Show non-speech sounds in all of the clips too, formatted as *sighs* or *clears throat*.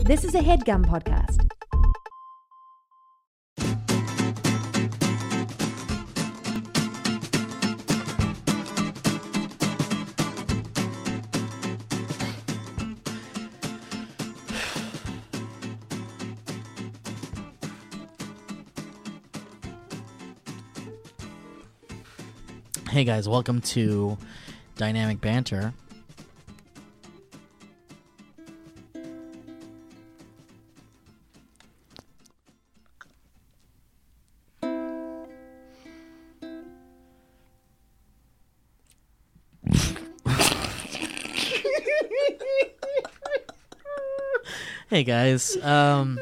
This is a headgum podcast. Hey guys, welcome to Dynamic Banter. hey guys, um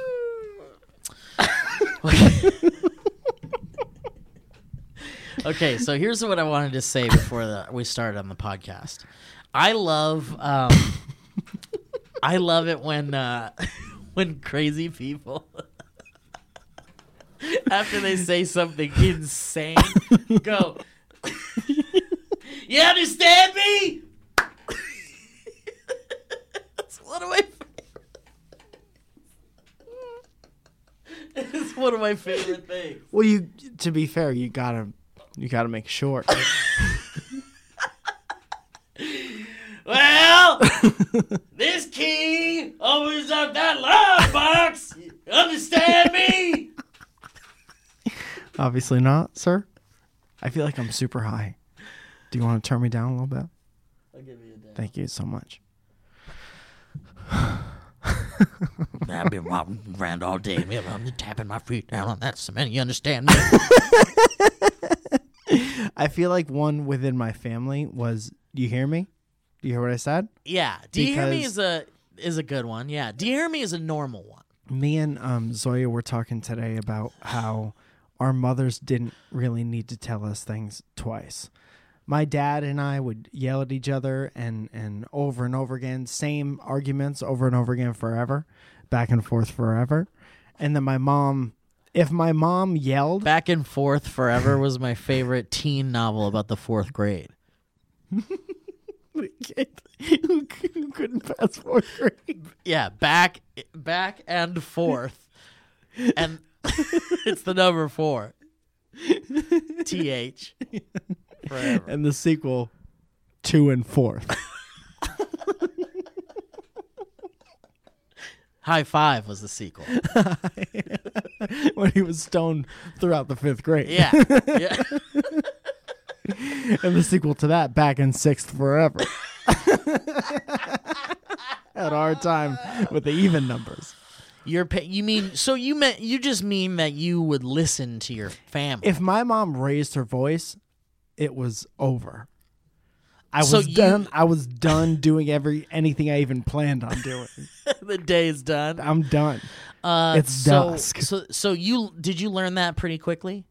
*laughs* Okay, so here's what I wanted to say before the, we started on the podcast. I love, um, I love it when uh, *laughs* when crazy people *laughs* after they say something insane go, you understand me? That's one of my. favorite- It's one of my favorite things. Well, you to be fair, you gotta you gotta make it short. *laughs* Well, this key opens up that loud box. Understand me? Obviously not, sir. I feel like I'm super high. Do you want to turn me down a little bit? I'll give you that. Thank you so much. I've been walking around all day. man. I'm just tapping my feet down on that cement. You understand me? I feel like one within my family was. Do you hear me? Do you hear what I said? yeah. Do you hear me? Because- Is a is a good one. Yeah. Do you hear me? Is a normal one. Me and um, Zoya were talking today about how our mothers didn't really need to tell us things twice. My dad and I would yell at each other and, and over and over again, same arguments over and over again forever, back and forth forever. And then my mom, if my mom yelled, *laughs* Back and forth forever was my favorite teen novel about the fourth grade. who couldn't pass fourth grade? Yeah. Back back and forth, and *laughs* it's the number four. T H. Forever. And the sequel, two and fourth. High Five was the sequel. *laughs* when he was stoned throughout the fifth grade. Yeah. yeah. and the sequel to that back in sixth forever *laughs* at our time with the even numbers Your pa- you mean so you meant you just mean that you would listen to your family. *laughs* if my mom raised her voice it was over i So was you- done i was done doing every anything i even planned on doing the day is done. i'm done Uh, It's so, dusk. So so you did you learn that pretty quickly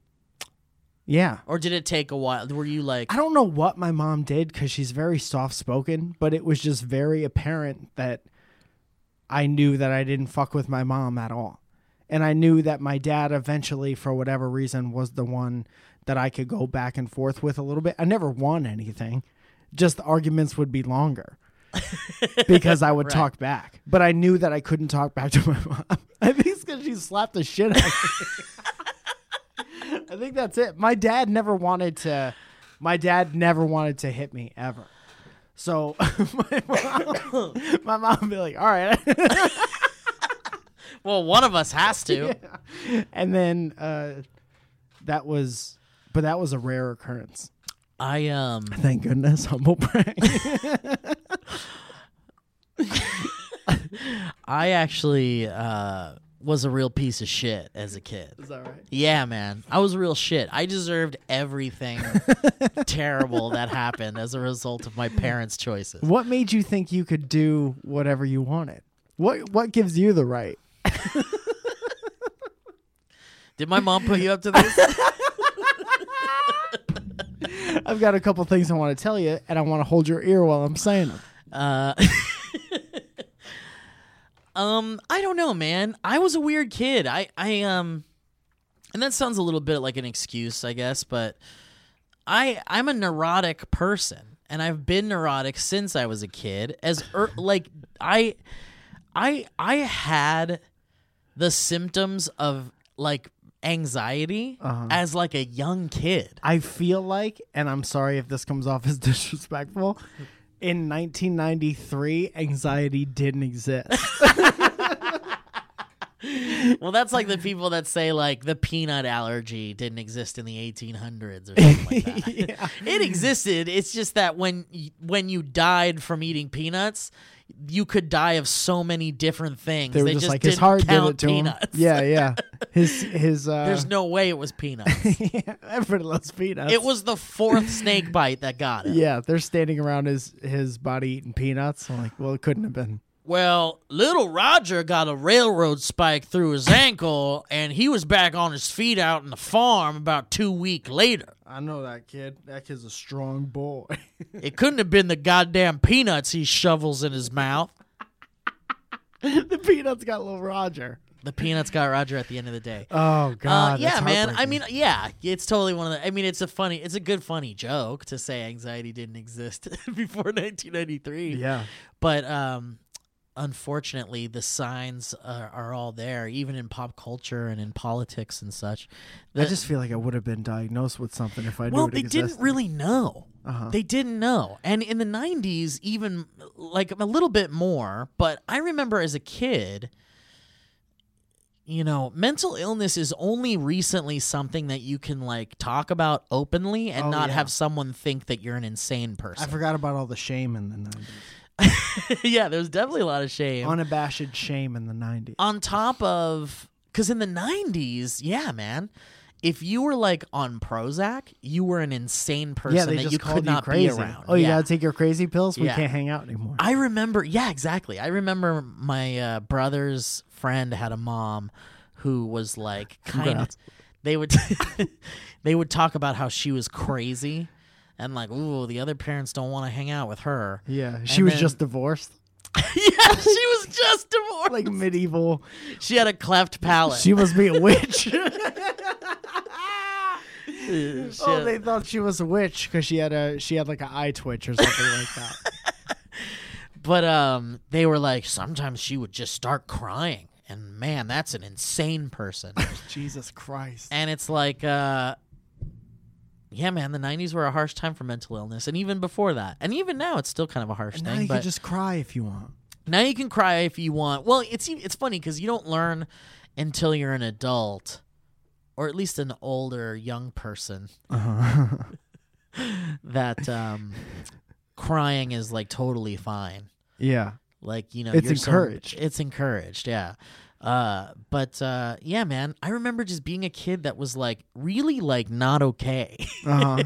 yeah or did it take a while? Were you like I don't know what my mom did because she's very soft spoken, but it was just very apparent that I knew that I didn't fuck with my mom at all. And I knew that my dad eventually, for whatever reason, was the one that I could go back and forth with a little bit. I never won anything, just the arguments would be longer because I would talk back. But I knew that I couldn't talk back to my *laughs* mom. I think it's because she slapped the shit out of me. I think that's it. My dad never wanted to. My dad never wanted to hit me ever. So *laughs* my mom, *coughs* my mom would be like, "All right," *laughs* well one of us has to. and then uh, that was, but that was a rare occurrence. I um Thank goodness, humble *laughs* brag. I actually uh was a real piece of shit as a kid. Is that right? Yeah, man. I was real shit. I deserved everything terrible that happened as a result of my parents' choices. What made you think you could do whatever you wanted? What What gives you the right? Did my mom put you up to this? I've got a couple things I want to tell you, and I want to hold your ear while I'm saying them. uh, um, I don't know, man. I was a weird kid. I, I, um, and that sounds a little bit like an excuse, I guess, but I, I'm a neurotic person, and I've been neurotic since I was a kid. As er, like I, I I had the symptoms of like anxiety as like a young kid. I feel like, and I'm sorry if this comes off as *laughs* disrespectful, in 1993, anxiety didn't exist. *laughs* Well, that's like *laughs* the people that say like the peanut allergy didn't exist in the 1800s or something like that. *laughs* yeah. It existed. It's just that when y- when you died from eating peanuts, you could die of so many different things. They were just, like, his heart did it count to peanuts. him. Yeah, yeah. His, his, *laughs* uh, There's no way it was *laughs* peanuts. everybody loves peanuts. it was the fourth snake bite that got him. Yeah, they're standing around his his body eating peanuts. I'm like, well, it couldn't have been. Well, little Roger got a railroad spike through his ankle, and he was back on his feet out in the farm about two week later. I know that kid. That kid's a strong boy. *laughs* It couldn't have been the goddamn peanuts he shovels in his mouth. the peanuts got little Roger. The peanuts got Roger at the end of the day. Oh Uh, God. yeah, that's man. I heartbreaking. mean, yeah, it's totally one of the. I mean, it's a funny, it's a good funny joke to say anxiety didn't exist *laughs* before 1993. yeah, but um, unfortunately, the signs are, are all there, even in pop culture and in politics and such. I The- just feel like I would have been diagnosed with something if I uh, knew well, it they existed. didn't really know. Uh-huh. They didn't know. And in the 90s, even like a little bit more, but I remember as a kid, you know, mental illness is only recently something that you can like talk about openly and Oh, not yeah. have someone think that you're an insane I person. forgot about all the shame in the '90s. *laughs* yeah, there's definitely a lot of shame. On, Unabashed shame in the '90s. top of, because in the 90s, yeah, man. If you were like on Prozac, you were an insane person yeah, they that just you called could not you crazy. be around. Oh, you yeah. gotta take your crazy pills. We Yeah. can't hang out anymore. I remember, yeah, exactly. I remember my uh, brother's friend had a mom who was like kind of. Congrats. They would *laughs* they would talk about how she was crazy and like, ooh, the other parents don't want to hang out with her. yeah, she And was then- just divorced, *laughs* yeah, she was just divorced. like medieval. she had a cleft palate. *laughs* She must be a witch. She Oh, had- they thought she was a witch because she had a she had like an eye twitch or something like that. *laughs* but um, they were like, sometimes she would just start crying, and man, that's an insane person. Jesus Christ! and it's like uh yeah man the 90s were a harsh time for mental illness and even before that and even now it's still kind of a harsh And now thing you but can just cry if you want. now you can cry if you want well it's e- it's funny because you don't learn until you're an adult or at least an older young person Uh-huh. *laughs* *laughs* that um crying is like totally fine yeah, like you know It's you're so- encouraged. it's encouraged yeah uh but uh yeah man i remember just being a kid that was like really like not okay *laughs* uh-huh.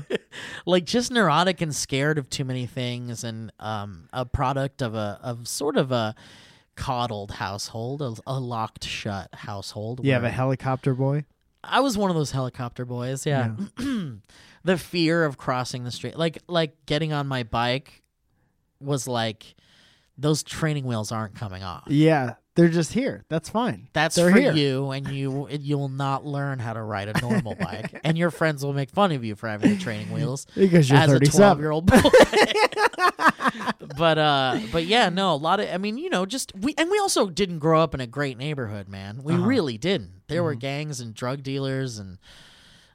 like just neurotic and scared of too many things and um, a product of a of sort of a coddled household a, a locked shut household you have *laughs* a where- helicopter boy. i was one of those helicopter boys yeah, *clears throat* the fear of crossing the street like like getting on my bike was like those training wheels aren't coming off Yeah, they're just here. That's fine. that's They're for here. you, and *laughs* you you will not learn how to ride a normal bike, and your friends will make fun of you for having the *laughs* training wheels Because you're as a 12 year 37. old boy. *laughs* but uh but yeah, no, a lot of I mean, you know, just we and we also didn't grow up in a great neighborhood, man. We Uh-huh. Mm-hmm. really didn't. There were gangs and drug dealers and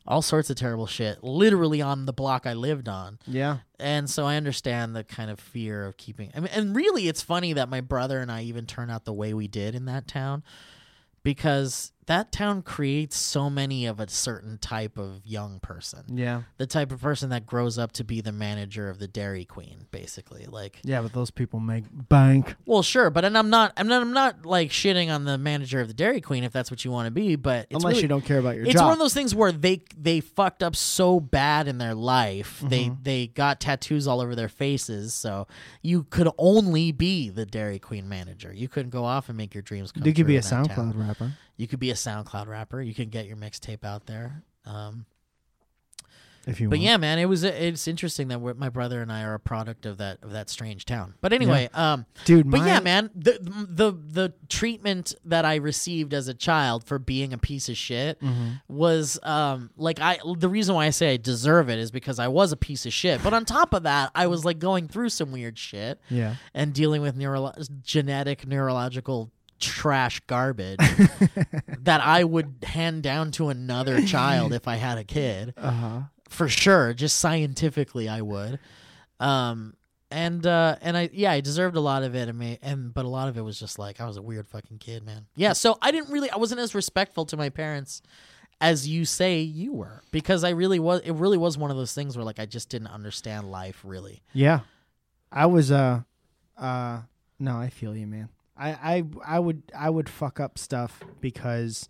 all sorts of terrible shit literally on the block I lived on. Yeah, And so I understand the kind of fear of keeping I mean and really it's funny that my brother and I even turn out the way we did in that town because that town creates so many of a certain type of young person yeah, the type of person that grows up to be the manager of the Dairy Queen, basically. Like, yeah. But those people make bank. well, sure, but and I'm not, I'm not, I'm not like shitting on the manager of the Dairy Queen if that's what you want to be. But it's Unless really- you don't care about your it's job. one of those things where they they fucked up so bad in their life. They Mm-hmm. they got tattoos all over their faces, so you could only be the Dairy Queen manager. You couldn't go off and make your dreams come. you could be a true in that town. SoundCloud rapper. You could be a SoundCloud rapper. You can get your mixtape out there. Um, if you But want. yeah, man, it was it's interesting that we're, my brother and I are a product of that of that strange town. But anyway, um, Dude, but yeah, mine- man, the the the treatment that I received as a child for being a piece of shit was um like I the reason why I say I deserve it is because I was a piece of shit. But on top of that, I was like going through some weird shit Yeah. and dealing with neuro- genetic neurological trash garbage that I would hand down to another child if I had a kid Uh huh. for sure just scientifically i would um and uh and i yeah i deserved a lot of it and, ma- and but a lot of it was just like i was a weird fucking kid man yeah so i didn't really i wasn't as respectful to my parents as you say you were because i really was it really was one of those things where like i just didn't understand life really Yeah. I was uh uh no, I feel you, man. I I I would I would fuck up stuff because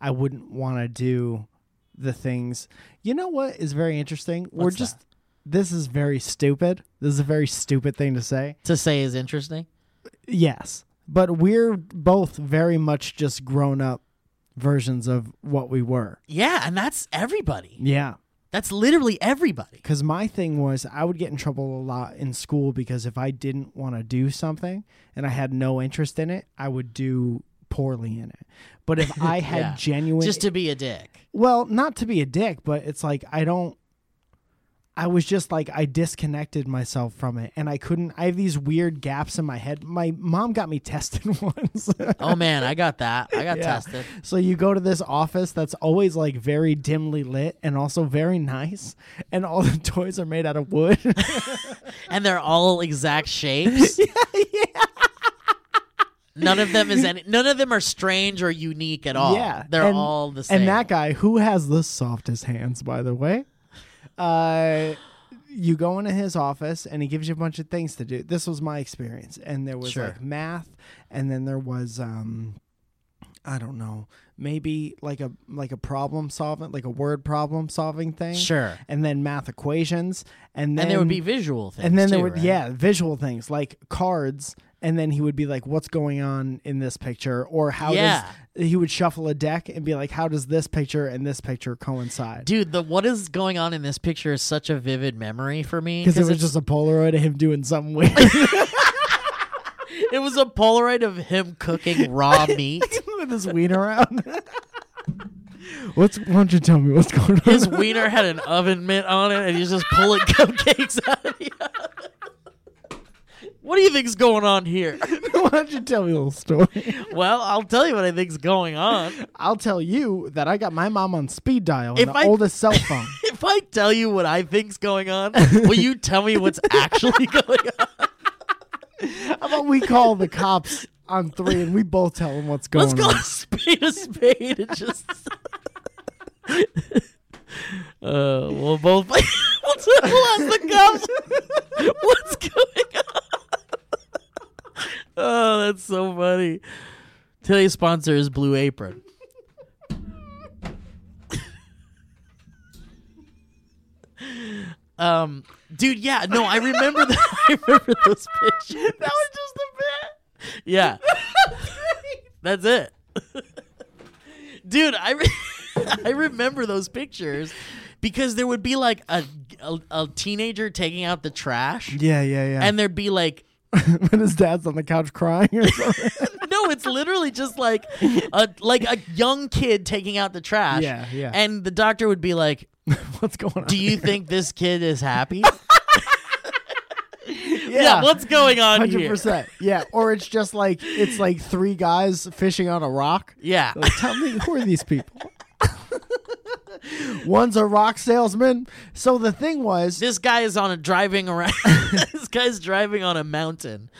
I wouldn't want to do the things. You know what is very interesting? We're What's just this is very stupid. This is a very stupid thing to say. to say is interesting Yes. But we're both very much just grown up versions of what we were. yeah and that's everybody Yeah. that's literally everybody Because my thing was, I would get in trouble a lot in school because if I didn't want to do something and I had no interest in it, I would do poorly in it. But *laughs* if I had Yeah. genuine, just to be a dick well, not to be a dick, but it's like I don't. I was just like I disconnected myself from it, and I couldn't. I have these weird gaps in my head. My mom got me *laughs* tested once. oh man i got that i got Yeah. tested So you go to this office that's always like very dimly lit and also very nice, and all *laughs* the toys are made out of *laughs* wood. and they're all exact *laughs* shapes. None of them is any. None of them are strange or unique at all. Yeah, Oh, they're and- all the same. and that guy who has the softest hands, by the way, uh, you go into his office and he gives you a bunch of things to do. This was my experience, and there was Sure. like math, and then there was um, I don't know, maybe like a like a problem solving, like a word problem solving thing. sure. And then math equations, and then And there would be visual things. and then there too, would right? yeah visual things like cards and then he would be like what's going on in this picture or how Yeah. does he would shuffle a deck and be like how does this picture and this picture coincide dude. The what is going on in this picture is such a vivid memory for me because it was it's- just a polaroid of him doing something weird *laughs* it was a Polaroid of him cooking *laughs* raw meat. with his wiener around *laughs* what's why don't you tell me what's going on His wiener had an oven mitt on it, and he's just pulling *laughs* cupcakes out of the oven. *laughs* What do you think's going on here? *laughs* why don't you tell me a little story Well, I'll tell you what I think's going on. i'll tell you that i got my mom on speed dial If and the I- oldest cell phone *laughs* If I tell you what I think's going on, will you tell me what's actually going on? how about we call the cops on three and we both tell them what's going Let's go on *laughs* spade a spade and just. *laughs* Uh, we'll both. *laughs* we'll ask the cops *laughs* what's going on. *laughs* Oh, that's so funny. Today's sponsor is Blue Apron. um, dude, yeah, no, I remember that. *laughs* I remember those pictures. That was just a bit. Yeah, that's it. dude, I re- *laughs* I remember those pictures because there would be like a, a a teenager taking out the trash, yeah yeah yeah and there'd be like *laughs* when his dad's on the couch crying or *laughs* something. no, it's literally just like a like a young kid taking out the trash. Yeah, yeah. And the doctor would be like, What's going on? "Do you think this kid is happy?" yeah. what's going on Hundred here? percent. Yeah. Or it's just like it's like three guys fishing on a rock. Yeah. Like, tell me who are *laughs* these people? One's a rock salesman. So the thing *laughs* was, This guy is on a driving around. *laughs* this guy's driving on a mountain.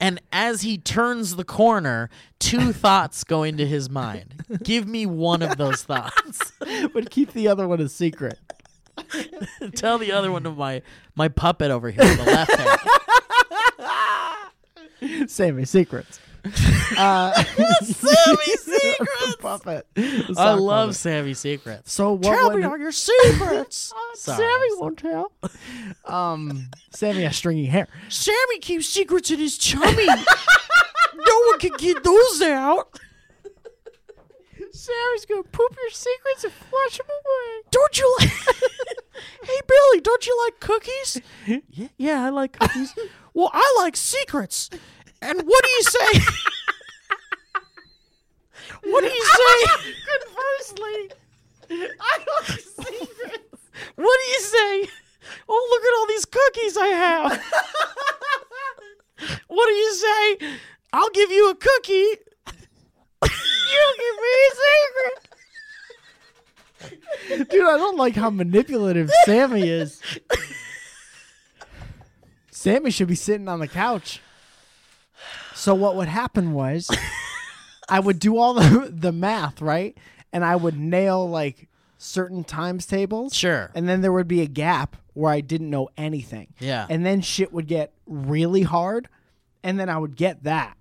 And as he turns the corner, two *laughs* thoughts go into his mind. Give me one of those thoughts. *laughs* but keep the other one a secret. Tell the other one to my my puppet over here on the left *laughs* hand. *laughs* Sammy secrets. Uh, *laughs* Sammy Secrets! Puppet. I love Sammy Secrets. So what? Tell would- me all your *laughs* secrets. Sorry. Sammy won't tell. Um, Sammy has stringy hair. Sammy keeps secrets in his tummy. no one can get those out. Sammy's gonna poop your secrets and flush them away. Don't you like? *laughs* "Hey Billy, don't you like cookies?" *laughs* yeah, yeah, I like cookies. well, I like secrets. And what do you say? *laughs* what do you say? Conversely, I like secrets. What do you say? Oh, look at all these cookies I *laughs* have. *laughs* what do you say? I'll give you a cookie. *laughs* you give me a secret. Dude, I don't like how manipulative Sammy is. Sammy should be sitting on the couch. So what would happen was I would do all the, the math, right? And I would nail like certain times tables. Sure. And then there would be a gap where I didn't know anything. Yeah. And then shit would get really hard and then I would get that.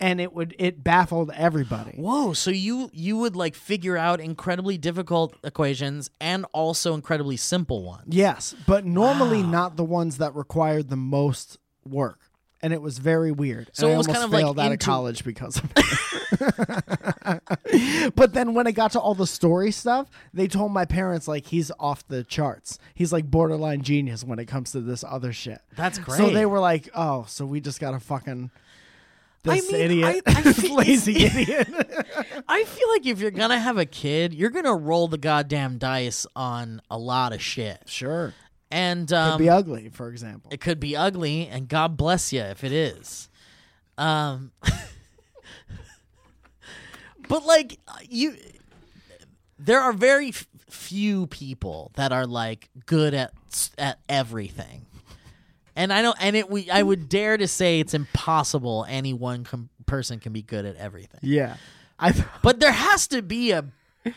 And it would it baffled everybody. Whoa! So you you would like figure out incredibly difficult equations and also incredibly simple ones. Yes, but normally not the ones that required the most work. And it was very weird. So and it was I almost kind of like failed out of intu- college because of it. *laughs* but then when it got to all the story stuff, they told my parents like he's off the charts. He's like borderline genius when it comes to this other shit. That's So great. they were like, "Oh, so we just got to fucking this mean, idiot, *laughs* I- I this think- *laughs* lazy idiot." I feel like if you're gonna have a kid, you're gonna roll the goddamn dice on a lot of shit, Sure, and um, be ugly, for example. it could be ugly. And God bless you if it is. Um, *laughs* but like you, there are very f- few people that are like good at s- at everything. And I don't, and it. We, I would dare to say it's impossible any one com- person can be good at everything. yeah, I. But there has to be a, a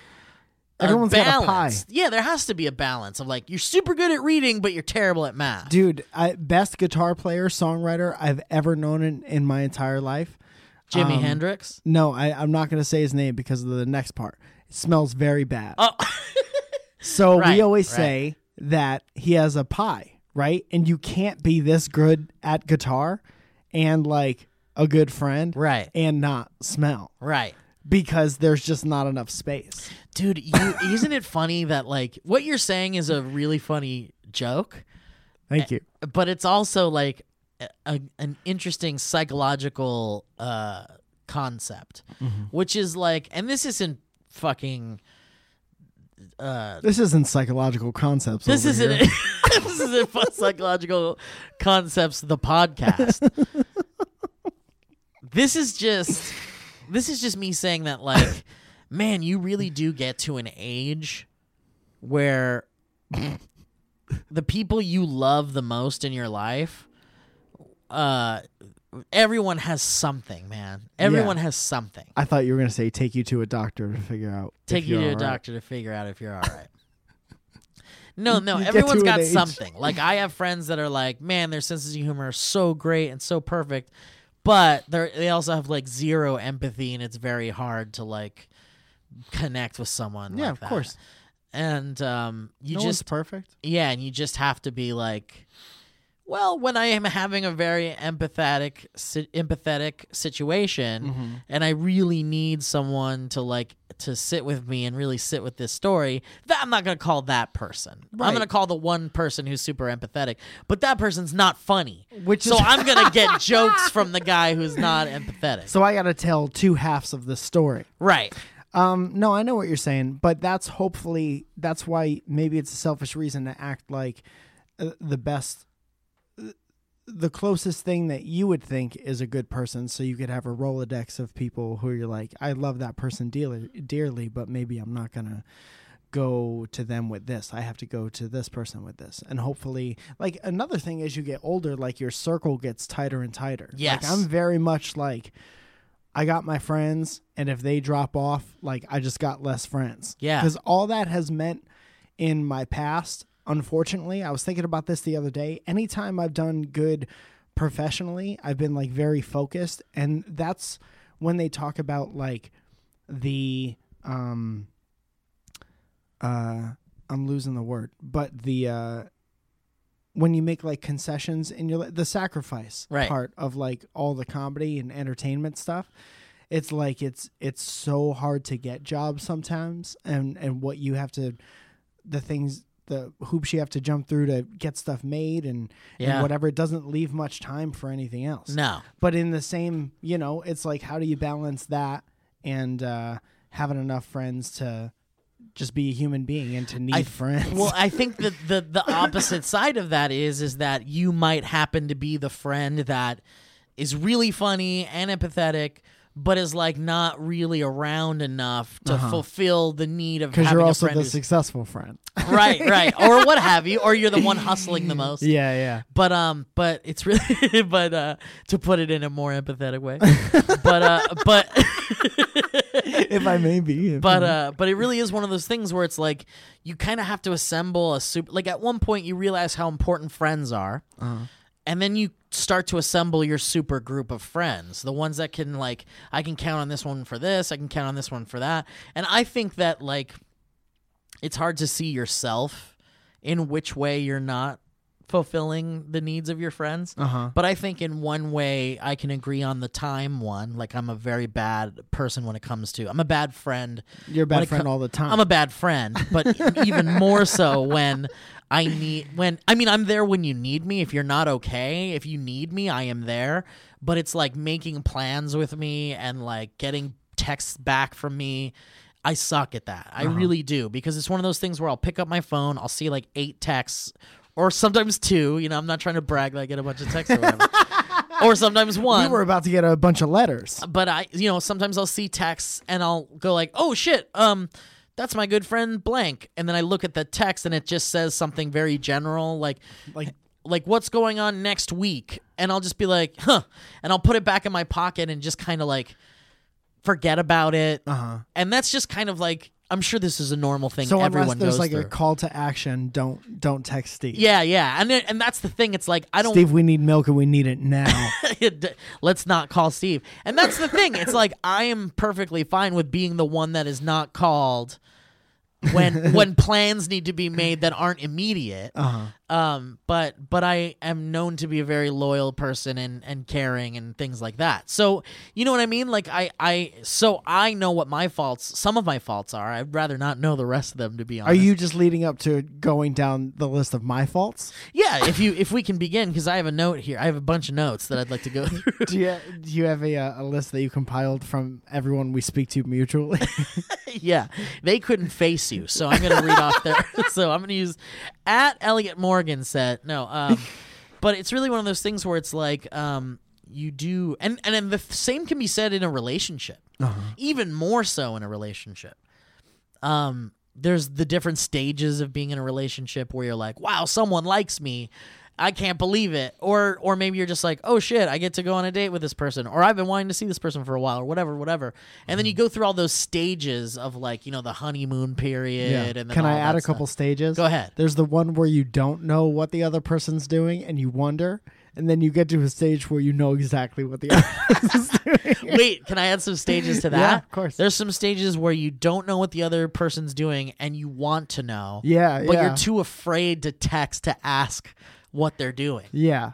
Everyone's got a pie. balance. Yeah, there has to be a balance of like you're super good at reading, but you're terrible at math. dude I, best guitar player songwriter i've ever known in, in my entire life Jimi um, Hendrix. no I, i'm not going to say his name because of the next part it smells very bad Oh, *laughs* so right, we always right. say that he has a pie right and you can't be this good at guitar and like a good friend Right. and not smell right, because there's just not enough space dude. You, isn't it funny that like what you're saying is a really funny joke, thank Eh, you but it's also like a, a- an interesting psychological uh, concept, which is like, and this isn't fucking. Uh, this isn't psychological concepts This over isn't here. *laughs* this isn't fun psychological concepts. The podcast. *laughs* this is just this is just me saying that like, man, you really do get to an age where the people you love the most in your life, uh, everyone has something, man. Everyone has something. i thought you were going to say take you to a doctor to figure out if Take you you're to a all right. doctor to figure out if you're all *laughs* right. No, no, you get everyone's to got an age- something. Like I have friends that are like, man, their senses of humor are so great and so perfect, but they are they also have like zero empathy, and it's very hard to like connect with someone. yeah like of that. course And um, you No one's just perfect yeah, and you just have to be like, well, when I am having a very empathetic si- empathetic situation, Mm-hmm. and I really need someone to like to sit with me and really sit with this story, that I'm not gonna call that person. I'm Right. gonna call the one person who's super empathetic, but that person's not funny. Which so is- I'm *laughs* gonna get jokes from the guy who's not empathetic. So I got to tell two halves of the story. right. Um, no, I know what you're saying, but that's hopefully that's why maybe it's a selfish reason to act like uh, the best, uh, the closest thing that you would think is a good person, so you could have a rolodex of people who you're like, I love that person dearly, dearly, but maybe I'm not gonna go to them with this. I have to go to this person with this, and hopefully, like another thing as you get older, like your circle gets tighter and tighter. Yes. like, I'm very much like. I got my friends, and if they drop off, like I just got less friends. Yeah. Because all that has meant in my past, unfortunately, I was thinking about this the other day. Anytime I've done good professionally, I've been like very focused. And that's when they talk about like the, um, uh, I'm losing the word, but the, uh, when you make like concessions in your li- the sacrifice Right. part of like all the comedy and entertainment stuff it's like it's it's so hard to get jobs sometimes and and what you have to the things the hoops you have to jump through to get stuff made and, Yeah. and whatever. It doesn't leave much time for anything else. No. But in the same, you know, it's like how do you balance that and uh, having enough friends to just be a human being and to need I- friends? *laughs* Well, I think that the the opposite side of that is is that you might happen to be the friend that is really funny and empathetic, but is like not really around enough to fulfill the need of because having Uh-huh. you're a also friend the who's- successful *laughs* friend. right, right, or what have you, or you're the one hustling the most. *laughs* yeah, yeah. But um, but it's really, *laughs* but uh, to put it in a more empathetic *laughs* way, but uh, but *laughs* If I may be, if but I- uh but it really is one of those things where it's like you kind of have to assemble a super like at one point you realize how important friends are and then you start to assemble your super group of friends the ones that can like i can count on this one for this i can count on this one for that and i think that like it's hard to see yourself in which way you're not fulfilling the needs of your friends Uh-huh. but I think in one way I can agree on the time one. Like I'm a very bad person when it comes to I'm a bad friend. you're a when bad it friend co- all the time. I'm a bad friend, but even more so when I need when I mean I'm there when you need me. If you're not okay, if you need me, I am there. But it's like making plans with me and like getting texts back from me. I suck at that. Uh-huh. I really do because it's one of those things where I'll pick up my phone, I'll see like eight texts or sometimes two. You know, I'm not trying to brag that I get a bunch of texts or *laughs* whatever. or sometimes one we were about to get a bunch of letters. but I, you know, sometimes I'll see texts and I'll go like, "Oh shit, um, that's my good friend blank," and then I look at the text and it just says something very general, like, Like- like what's going on next week, and I'll just be like, "Huh," and I'll put it back in my pocket and just kind of like forget about it, Uh-huh. and that's just kind of like I'm sure this is a normal thing So unless everyone there's goes like through. a call to action, don't don't text Steve. yeah, yeah, and it, and that's the thing. It's like I don't Steve, we need milk and we need it now. *laughs* *laughs* let's not call Steve. And that's the thing. It's *laughs* like I am perfectly fine with being the one that is not *laughs* called when when plans need to be made that aren't immediate. Uh-huh. Um, but but I am known to be a very loyal person and and caring and things like that. So you know what I mean? Like I I so I know what my faults, some of my faults are. I'd rather not know the rest of them. To be honest, Are you just leading up to going down the list of my faults? Yeah. If you if we can begin, because I have a note here. I have a bunch of notes that I'd like to *laughs* go *laughs* through. Do you do you have a, uh, a list that you compiled from everyone we speak to mutually? *laughs* yeah, they couldn't face you. So I'm gonna read off their. *laughs* So I'm gonna use at Elliot Morgan said no. Um, but it's really one of those things where it's like um, you do, and and then the same can be said in a relationship, even more so in a relationship. Um, there's the different stages of being in a relationship where you're like, wow, someone likes me. I can't believe it. Or or maybe you're just like, oh shit, I get to go on a date with this person, or I've been wanting to see this person for a while, or whatever, whatever. And then you go through all those stages of like, you know, the honeymoon period and then Can I all add that a couple stuff. stages? Go ahead. There's the one where you don't know what the other person's doing and you wonder, and then you get to a stage where you know exactly what the other *laughs* person's doing. Wait, can I add some stages to that? *laughs* Yeah, of course. There's some stages where you don't know what the other person's doing and you want to know. Yeah, But yeah. you're too afraid to text to ask what they're doing. yeah,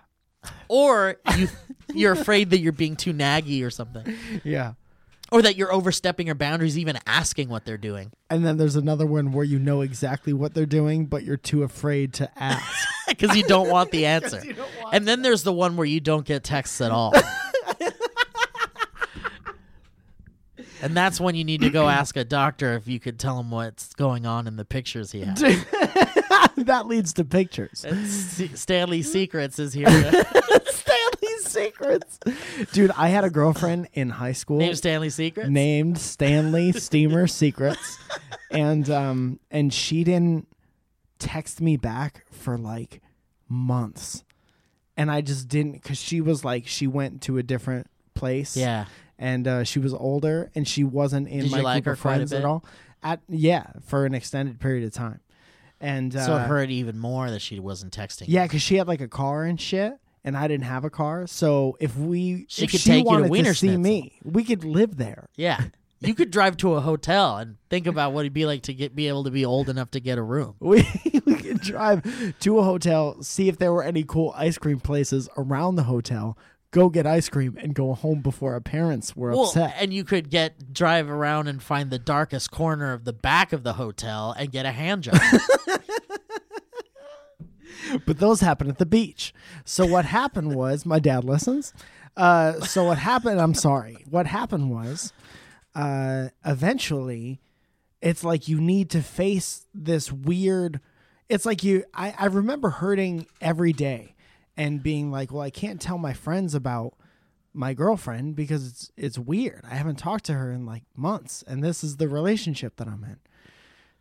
Or you you're afraid that you're being too naggy or something. yeah. or that you're overstepping your boundaries even asking what they're doing *laughs* And then there's another one where you know exactly what they're doing, but you're too afraid to ask. *laughs* *laughs* because you don't want *laughs* the answer and then there's the one where you don't get texts at *laughs* all and that's when you need to go ask a doctor if you could tell him what's going on in the pictures he *laughs* has that leads *laughs* to pictures. S- stanley secrets is here Stanley Secrets. Dude, I had a girlfriend in high school name stanley secrets *laughs* named Stanley Steamer Secrets. And um and she didn't text me back for like months. And I just didn't cuz she was like she went to a different place. yeah And uh, she was older and she wasn't in Did you my like group her of quite a friends at bit? all. At yeah, for an extended period of time. And uh, so it hurt even more that she wasn't texting yeah, because she had like a car and shit, and I didn't have a car. So if we, She if could she take you to wanted Wiener see Schnitzel. me, we could live there. yeah you could drive to a hotel and think about what it'd be like to get be able to be old enough to get a room *laughs* We we could drive to a hotel, see if there were any cool ice cream places around the hotel, go get ice cream, and go home before our parents were Well, upset. and you could get drive *laughs* around and find the darkest corner of the back of the hotel and get a hand job. but those happen at the beach. So what happened was my dad listens. Uh, so what happened? I'm sorry. What happened was, uh, eventually, it's like you need to face this weird. It's like you. I, I remember hurting every day, and being like, well, I can't tell my friends about my girlfriend because it's it's weird. I haven't talked to her in like months, and this is the relationship that I'm in.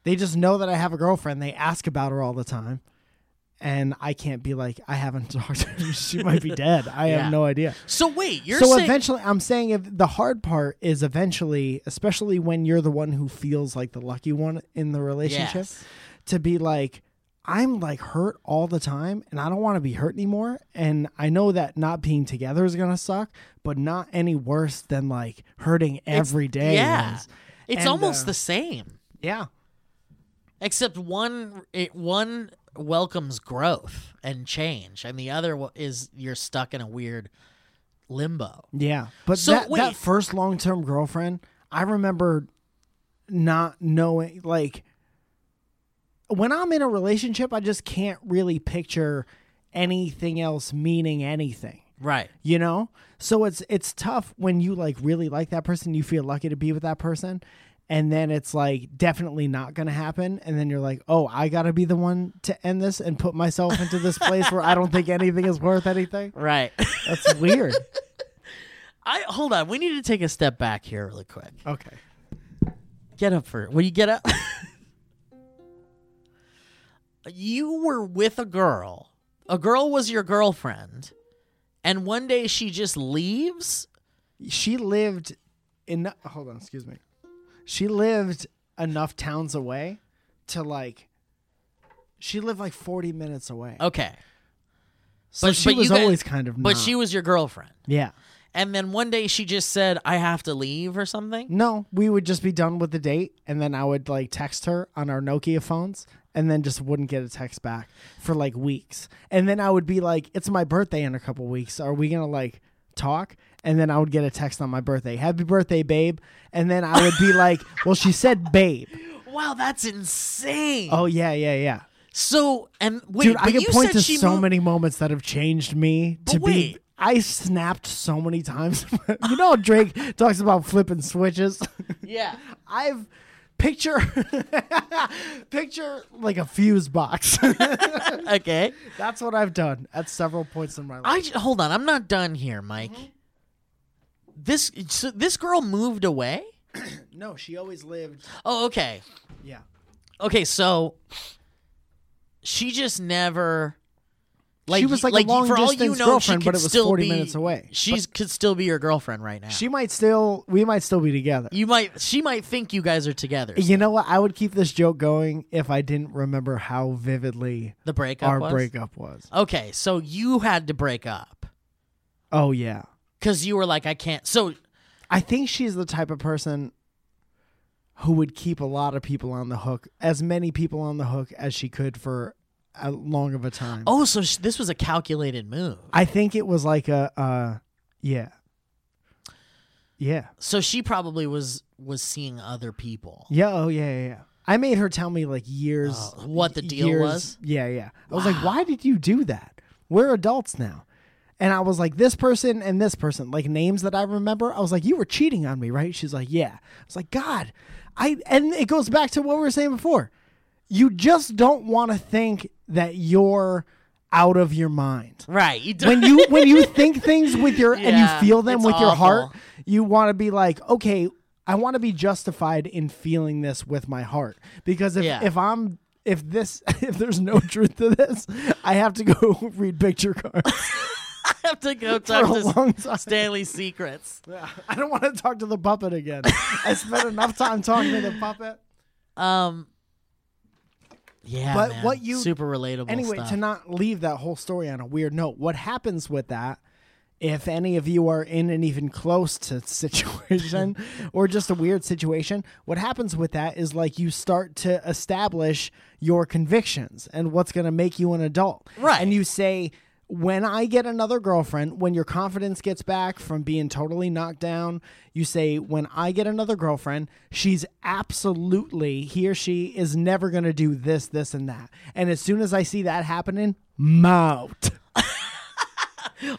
They just know that I have a girlfriend. They ask about her all the time and I can't be like I haven't *laughs* talked to her. She might be dead. I Yeah. have no idea. So wait, you're so saying eventually, I'm saying if the hard part is eventually, especially when you're the one who feels like the lucky one in the relationship, Yes. to be like I'm like hurt all the time, and I don't want to be hurt anymore. And I know that not being together is gonna suck, but not any worse than like hurting every day. yeah, is. it's And, almost uh, the same, yeah. except one it, one welcomes growth and change, and the other wa- is you're stuck in a weird limbo. Yeah, but So, that wait. that first long term girlfriend, I remember not knowing like when I'm in a relationship, I just can't really picture anything else meaning anything. Right. You know, so it's it's tough when you like really like that person, you feel lucky to be with that person, and then it's like definitely not gonna happen, and then you're like, oh, I gotta be the one to end this and put myself into this place where I don't think anything is *laughs* worth anything. Right. That's weird. I hold on. We need to take a step back here really quick. okay. Get up for Will you get up? you were with a girl. A girl was your girlfriend, and one day she just leaves. she lived in hold on excuse me she lived enough towns away to like she lived like 40 minutes away Okay, so Oh, but- she but was you guys- always kind of but not. she was your girlfriend, yeah and then one day she just said, "I have to leave" or something. no we would just be done with the date and then i would like text her on our nokia phones and then just wouldn't get a text back for like weeks and then i would be like it's my birthday in a couple weeks are we gonna like talk and then i would get a text on my birthday happy birthday babe and then i would be like well she said babe Wow, that's insane. Mm. oh yeah yeah yeah So and wait, Dude, but I you could point said to she so moved- many moments that have changed me But to wait. be. I snapped so many times. *laughs* you know, how Drake talks about flipping switches. *laughs* Yeah. I've picture *laughs* picture like a fuse box. *laughs* okay. That's what I've done at several points in my life. I j- hold on. I'm not done here, Mike. Mm-hmm. This so this girl moved away. no, she always lived. Oh, okay. Yeah, Okay, so she just never. Like, was like a long for all you distance know, girlfriend, she but could it was still 40 be- minutes away. She's could still be your girlfriend right now. she might still. We might still be together. you might. She might think you guys are together. You know what? I would keep this joke going if I didn't remember how vividly the breakup. our was? breakup was. Okay, so you had to break up Oh yeah. because you were like, I can't. So I think she's the type of person who would keep a lot of people on the hook, as many people on the hook as she could for as long of a time. oh, so sh- this was a calculated move. I think it was like a, uh, yeah, yeah, So she probably was was seeing other people. yeah. Oh yeah, yeah. yeah. I made her tell me like years Oh, what the deal years- was? Yeah, yeah. I was like, why did you do that? We're adults now. And I was like, this person and this person, like names that I remember. I was like, you were cheating on me, right? She's like, yeah. I was like, God, I. And it goes back to what we were saying before. You just don't want to think that you're out of your mind. Right. You do- When you when you think things with your and Yeah, you feel them it's with your heart, awful. you want to be like, okay, I want to be justified in feeling this with my heart because if Yeah. if I'm if this *laughs* if there's no truth to this, I have to go *laughs* read picture cards I *laughs* have to *laughs* go for talk a to long time. Stanley Secrets. I don't want to talk to the puppet again. I spent enough time talking to the puppet. Um. Yeah, But man. what you- super relatable. anyway, stuff. to not leave that whole story on a weird note, what happens with that? If any of you are in an even close to *laughs* situation or just a weird situation, what happens with that is like you start to establish your convictions and what's going to make you an adult. Right. And you say, when I get another girlfriend, when your confidence gets back from being totally knocked down, you say, when I get another girlfriend, she's absolutely, he or she is never going to do this, this, and that. And as soon as I see that happening, *laughs* mount,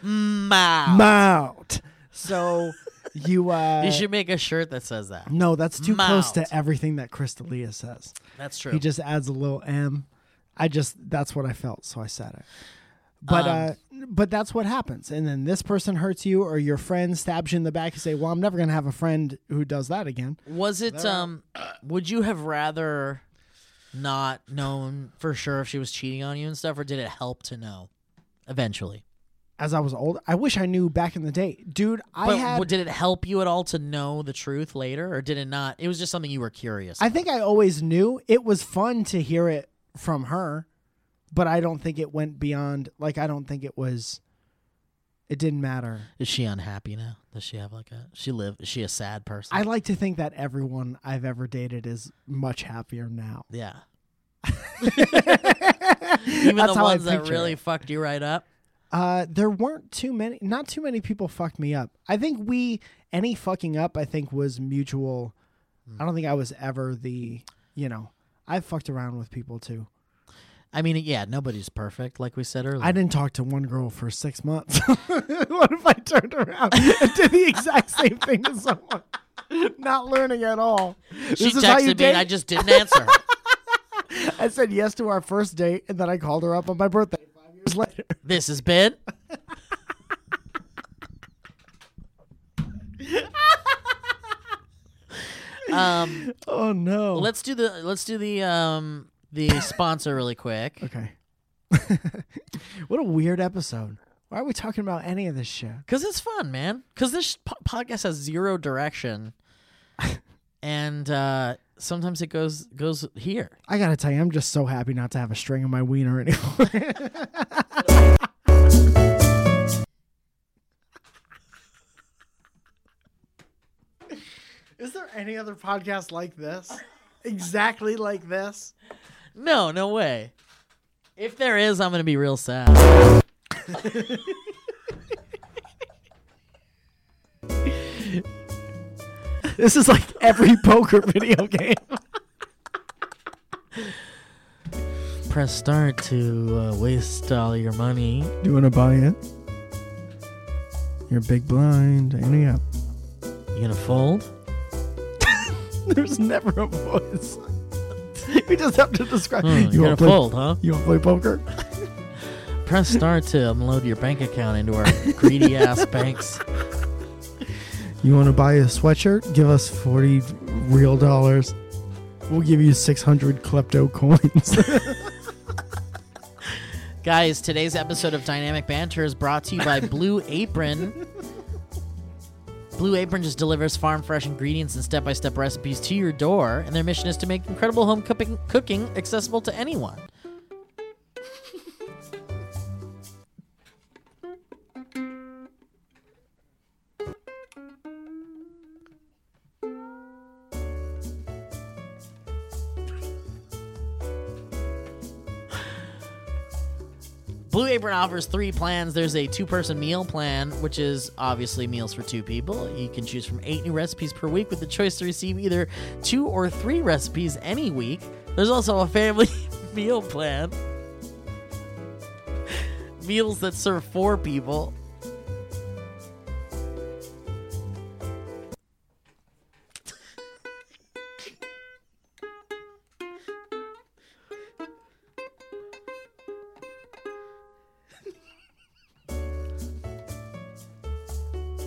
Mouth. mount. *laughs* So you, uh, You should make a shirt that says that. no, that's too close Mount. to everything that Crystalia says. That's true. He just adds a little M. I just that's what I felt, so I said it. But Um, uh, but that's what happens, and then this person hurts you, or your friend stabs you in the back. You say, "Well, I'm never gonna have a friend who does that again." Was it um would you have rather not known for sure if she was cheating on you and stuff or did it help to know eventually? As I was old, I wish I knew back in the day, dude. I But had, w- did it help you at all to know the truth later or did it not? It was just something you were curious. I think I always knew it was fun to hear it from her, but I don't think it went beyond. Like I don't think it was. It didn't matter. Is she unhappy now? Does she have like a she live is she a sad person? I like to think that everyone I've ever dated is much happier now. yeah. *laughs* Even That's the how I ones that picture really it. fucked you right up. Uh, there weren't too many. Not too many people fucked me up. I think we any fucking up. I think was mutual. I don't think I was ever the. You know, I fucked around with people too. I mean, yeah, nobody's perfect, like we said earlier. I didn't talk to one girl for six months. *laughs* what if I turned around and did the exact same thing to someone? Not learning at all. she texted me and I just didn't answer. *laughs* her. I said yes to our first date, and then I called her up on my birthday five years later. this has been um Oh no. let's do the let's do the um the sponsor really quick Okay. *laughs* what a weird episode. Why are we talking about any of this shit? because it's fun man because this po- podcast has zero direction and uh sometimes it goes goes here I gotta tell you, I'm just so happy not to have a string in my wiener anymore. *laughs* Is there any other podcast like this? Exactly like this? no no way if there is i'm gonna be real sad This is like every *laughs* poker video game. press start to uh, waste all your money Do you wanna buy it? You're big blind, ain't ya? you gonna fold There's never a voice. *laughs* we just have to describe. Hmm, you wanna gonna play, fold huh You want to play poker? Press start to unload your bank account into our greedy ass banks. You want to buy a sweatshirt? Give us forty real dollars. We'll give you six hundred klepto *laughs* coins. Guys, today's episode of Dynamic Banter is brought to you by Blue Apron. Blue Apron just delivers farm fresh ingredients and step by step recipes to your door, and their mission is to make incredible home cooking, cooking accessible to anyone. Blue Apron offers three plans. There's a two person meal plan, which is obviously meals for two people. You can choose from eight new recipes per week with the choice to receive either two or three recipes any week. There's also a family *laughs* meal plan, meals that serve four people.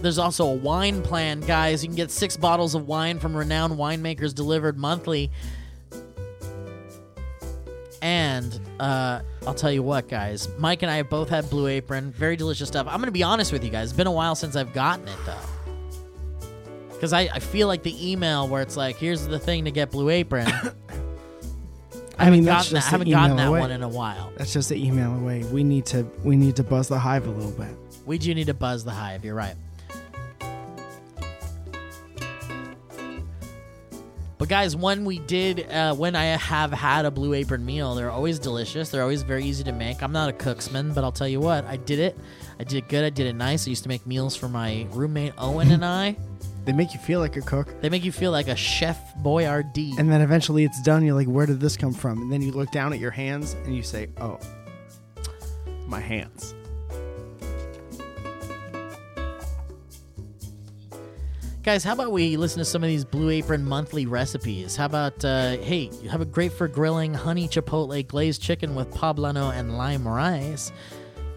There's also a wine plan, guys. You can get six bottles of wine from renowned winemakers delivered monthly. And uh, I'll tell you what, guys. Mike and I have both had Blue Apron. Very delicious stuff. I'm going to be honest with you guys. It's been a while since I've gotten it, though. Because I, I feel like the email where it's like, here's the thing to get Blue *laughs* Apron. I mean, gotten that, the haven't gotten email that away. one in a while. That's just the email away. We need to we need to buzz the hive a little bit. We do need to buzz the hive. You're right. But guys, when we did, uh, when I have had a Blue Apron meal, they're always delicious. They're always very easy to make. I'm not a cooksman, but I'll tell you what, I did it. I did it good. I did it nice. I used to make meals for my roommate Owen and I. They make you feel like a cook. They make you feel like a chef boyardee. And then eventually it's done. You're like, where did this come from? And then you look down at your hands and you say, oh, my hands. Guys, how about we listen to some of these Blue Apron monthly recipes? How about, uh, hey, how about great for grilling honey chipotle glazed chicken with poblano and lime rice?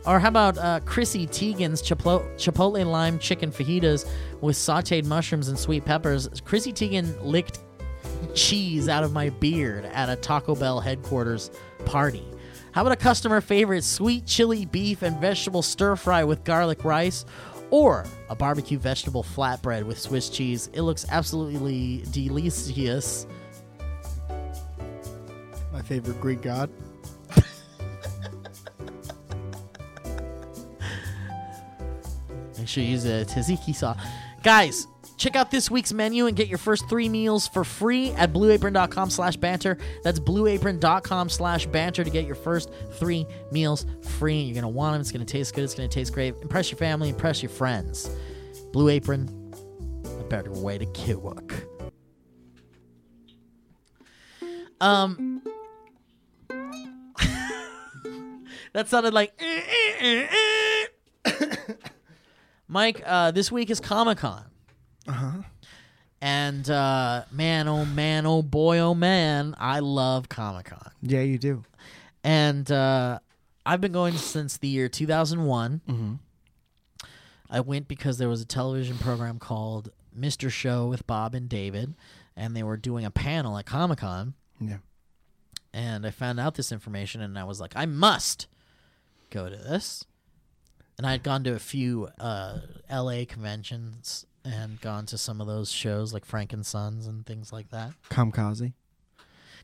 Or how about uh, Chrissy Teigen's chiplo- chipotle lime chicken fajitas with sauteed mushrooms and sweet peppers? Chrissy Teigen licked cheese out of my beard at a Taco Bell headquarters party. How about a customer favorite sweet chili beef and vegetable stir fry with garlic rice? Or a barbecue vegetable flatbread with Swiss cheese. It looks absolutely delicious. My favorite Greek god. Make sure you use a tzatziki sauce. Guys, check out this week's menu and get your first three meals for free at blueapron.com slash banter. That's blueapron.com slash banter to get your first three meals free. You're going to want them. It's going to taste good. It's going to taste great. Impress your family. Impress your friends. Blue Apron, a better way to cook. Um... *laughs* that sounded like... eh, Mike, uh, this week is Comic Con. Uh huh. And uh, man, oh man, oh boy, oh man, I love Comic Con. Yeah, you do. And uh, I've been going since the year 2001. Mhm. I went because there was a television program called Mr. Show with Bob and David, and they were doing a panel at Comic Con. Yeah. And I found out this information, and I was like, I must go to this. And I had gone to a few uh, LA conventions and gone to some of those shows like Frank and Sons and things like that. Kamikaze.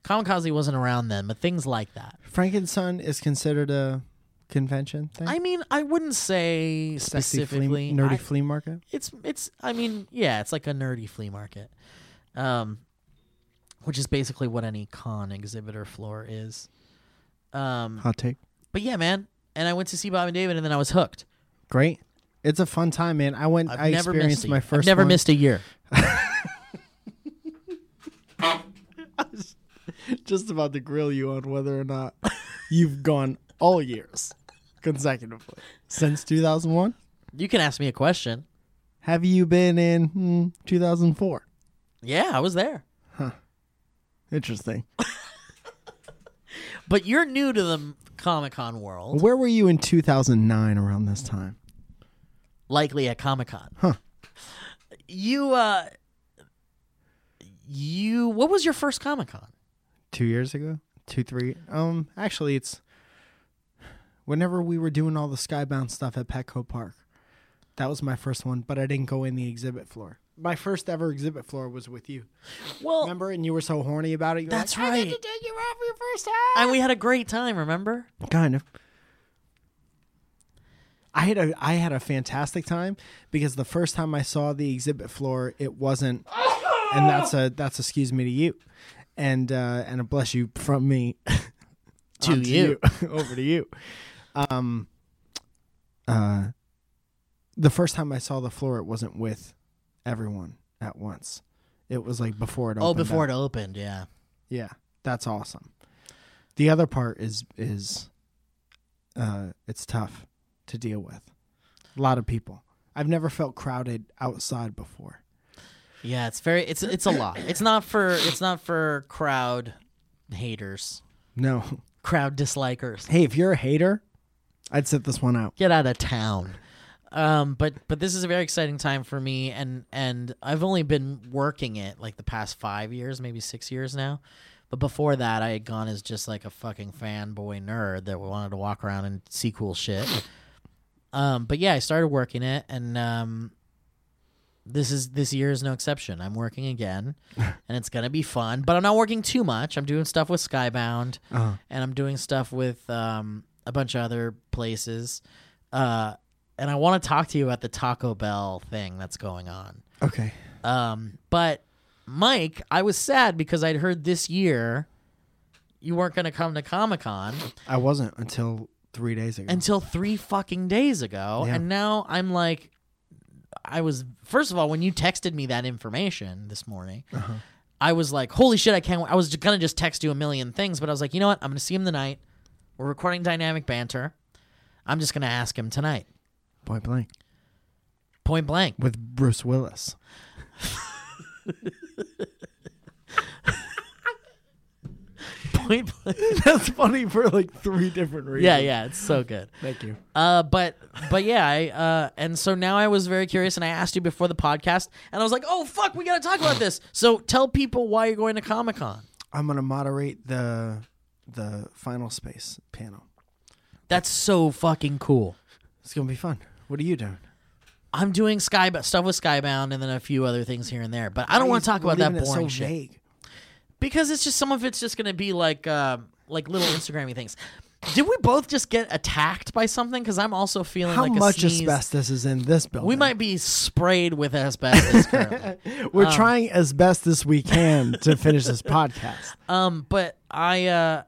Kamikaze wasn't around then, but things like that. Frankenstein is considered a convention thing. I mean, I wouldn't say Sexy flea- specifically. nerdy I- flea market. it's it's. I mean, yeah, it's like a nerdy flea market, um, which is basically what any con exhibitor floor is. Um, Hot take. but yeah, man. And I went to see Bob and David, and then I was hooked. Great. It's a fun time, man. I went. I've I never missed experienced a- my 1st I've never one. *laughs* missed a year. Just about to grill you on whether or not you've gone all years *laughs* consecutively since 2001. You can ask me a question. Have you been in hmm, 2004? Yeah, I was there. Interesting. But you're new to the Comic Con world, Where were you in 2009 around this time? likely at Comic Con. Huh. You uh, you what was your first Comic Con? Two years ago? Two, three? Um, actually, it's whenever we were doing all the skybound stuff at Petco Park. That was my first one, but I didn't go in the exhibit floor. My first ever exhibit floor was with you. Well, Remember? And you were so horny about it. You were Oh. that's like, right. And we had a great time, remember? kind of i had a i had a fantastic time because the first time i saw the exhibit floor it wasn't and that's a that's a excuse me to you and uh and a bless you from me *laughs* To onto you. *laughs* over to you um uh the first time i saw the floor it wasn't with everyone at once it was like before it Oh, opened before up. it opened, yeah. Yeah, that's awesome. The other part is is uh it's tough to deal with. A lot of people. I've never felt crowded outside before. Yeah, it's very it's it's a lot. It's not for it's not for crowd haters, No. crowd dislikers. Hey, if you're a hater, I'd sit this one out. Get out of town. Um, but but this is a very exciting time for me, and and I've only been working it like the past five years, maybe six years now. But before that, I had gone as just like a fucking fanboy nerd that wanted to walk around and see cool shit. Um, but yeah, I started working it, and um, this is this year is no exception. I'm working again, and it's gonna be fun. But I'm not working too much. I'm doing stuff with Skybound, Uh-huh. and I'm doing stuff with um, a bunch of other places. Uh, and I want to talk to you about the Taco Bell thing that's going on. Okay. Um, but Mike, I was sad because I'd heard this year you weren't going to come to Comic Con I wasn't until three days ago. until three fucking days ago. Yeah. And now I'm like, I was, first of all, when you texted me that information this morning, Uh-huh. I was like, holy shit, I can't, wait." I was going to just text you a million things, but I was like, you know what? I'm going to see him tonight. We're recording dynamic banter. I'm just going to ask him tonight, Point blank point *laughs* blank. with Bruce Willis. Point blank. *laughs* That's funny for like three different reasons. yeah, yeah, it's so good. Thank you. Uh, but but yeah, I uh, and so now I was very curious, and I asked you before the podcast, and I was like, "Oh fuck, we gotta talk about this." So tell people why you're going to Comic Con. I'm gonna moderate the the final space panel. That's so fucking cool. It's gonna be fun. What are you doing? I'm doing sky stuff with Skybound, and then a few other things here and there. But I don't want to talk about that boring shit Vague? because it's just some of it's just gonna be like uh, like little Instagrammy things. Did we both just get attacked by something? Because I'm also feeling How like a much sneeze. asbestos is in this building? We might um, be sprayed with *laughs* asbestos currently. We're trying as best as we can to *laughs* finish this podcast. Um, but I, uh,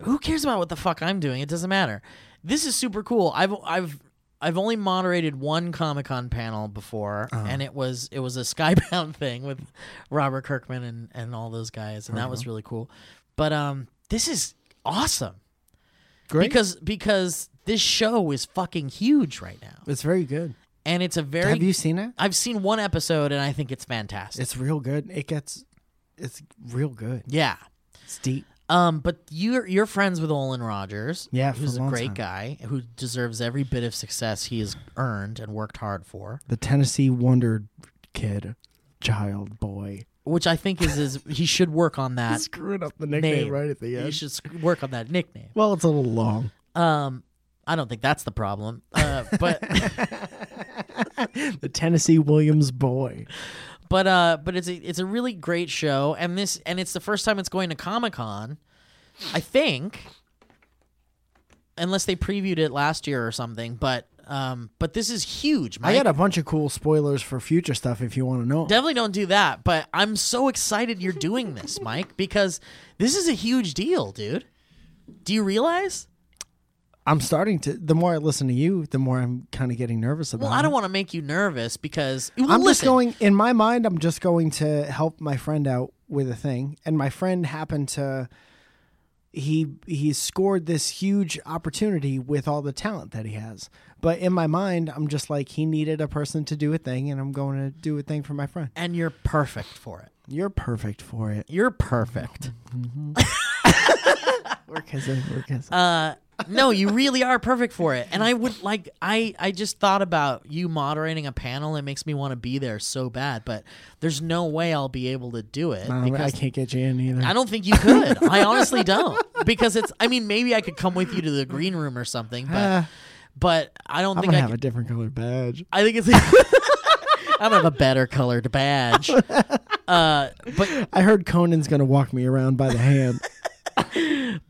who cares about what the fuck I'm doing? It doesn't matter. This is super cool. I've, I've, I've only moderated one Comic Con panel before, Uh-huh. and it was it was a *laughs* Skybound thing with Robert Kirkman and and all those guys, Uh-huh. and that was really cool. But um, this is awesome Great. because because this show is fucking huge right now, it's very good. and it's a very. Have you seen it? I've seen one episode, and I think it's fantastic. It's real good. It gets. It's real good. yeah. It's deep. Um, but you're you're friends with Olin Rogers, Yeah, for who's a a long great time. guy who deserves every bit of success he has earned and worked hard for, The Tennessee Wonder Kid, child boy. which I think is is he should work on that. Screwing up the nickname right at the He should sc- work on that nickname. Well, it's a little long. Um, I don't think that's the problem, uh, but *laughs* The Tennessee Williams boy. but uh, but it's a it's a really great show, and this and it's the first time it's going to Comic Con, I think, unless they previewed it last year or something. But um, but this is huge. Mike. I got a bunch of cool spoilers for future stuff if you want to know. 'em. Definitely don't do that, but I'm so excited you're doing this, Mike, because this is a huge deal, dude. Do you realize? I'm starting to. The more I listen to you, the more I'm kind of getting nervous about. Well, I don't it. want to make you nervous because Uh-huh. I'm listen, just going in my mind. I'm just going to help my friend out with a thing, and my friend happened to. He he scored this huge opportunity with all the talent that he has, but in my mind, I'm just like he needed a person to do a thing, and I'm going to do a thing for my friend. and you're perfect for it. You're perfect for it. You're perfect. Mm-hmm. *laughs* We're kissing. We're kissing. Uh, no, you really are perfect for it. And I would like I I just thought about you moderating a panel. It makes me want to be there so bad, but there's no way I'll be able to do it Um, I because can't get you in either. I don't think you could. I honestly don't because it's. I mean, maybe I could come with you to the green room or something, but Uh, but I don't I'm think gonna I. have Could, a different color badge. I think it's. *laughs* I'm gonna have a better colored badge. Uh, but I heard Conan's gonna walk me around by *laughs* the hand.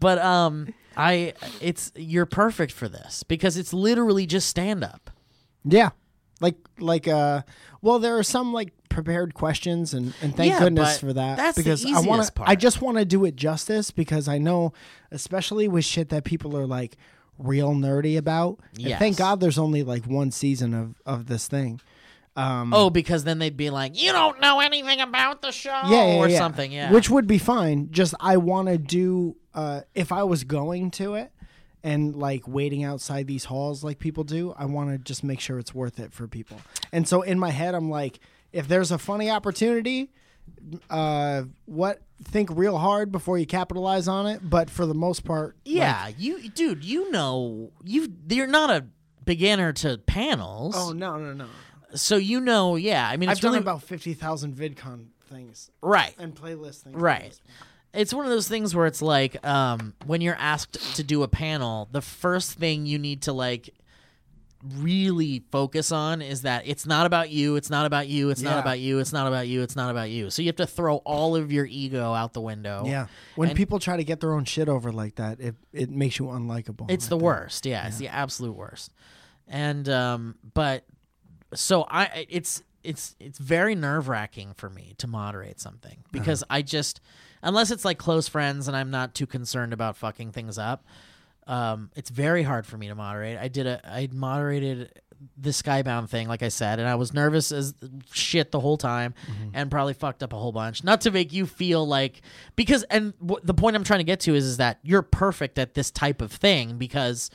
but um, I it's you're perfect for this because it's literally just stand up. Yeah. Like like uh well there are some like prepared questions and and thank Yeah, goodness but for that that's the because I want easiest part. I just want to do it justice because I know especially with shit that people are like real nerdy about. and Yes. thank God there's only like one season of of this thing. Mm. Oh, because then they'd be like, you don't know anything about the show yeah, yeah, or yeah. something. Yeah, Which would be fine. Just I want to do uh, if I was going to it and like waiting outside these halls like people do. I want to just make sure it's worth it for people. And so in my head, I'm like, if there's a funny opportunity, uh, what think real hard before you capitalize on it. But for the most part, e- like, yeah, you dude, you know you you're not a beginner to panels. oh no no no! so you know, yeah. I mean, it's I've really done about fifty thousand VidCon things right, and playlist things. right. It's one of those things where it's like um, when you're asked to do a panel, the first thing you need to like really focus on is that it's not about you, it's not about you, it's not Yeah. about you, it's not about you, it's not about you. So you have to throw all of your ego out the window. Yeah. When And- people try to get their own shit over like that, it it makes you unlikable. It's I the think. worst. Yeah, it's the absolute worst. And um, but so I it's it's it's very nerve wracking for me to moderate something because I just unless it's like close friends and I'm not too concerned about fucking things up, um, it's very hard for me to moderate. I did a I moderated the skybound thing like I said, and I was nervous as shit the whole time and probably fucked up a whole bunch. Not to make you feel like because and w- the point I'm trying to get to is is that you're perfect at this type of thing because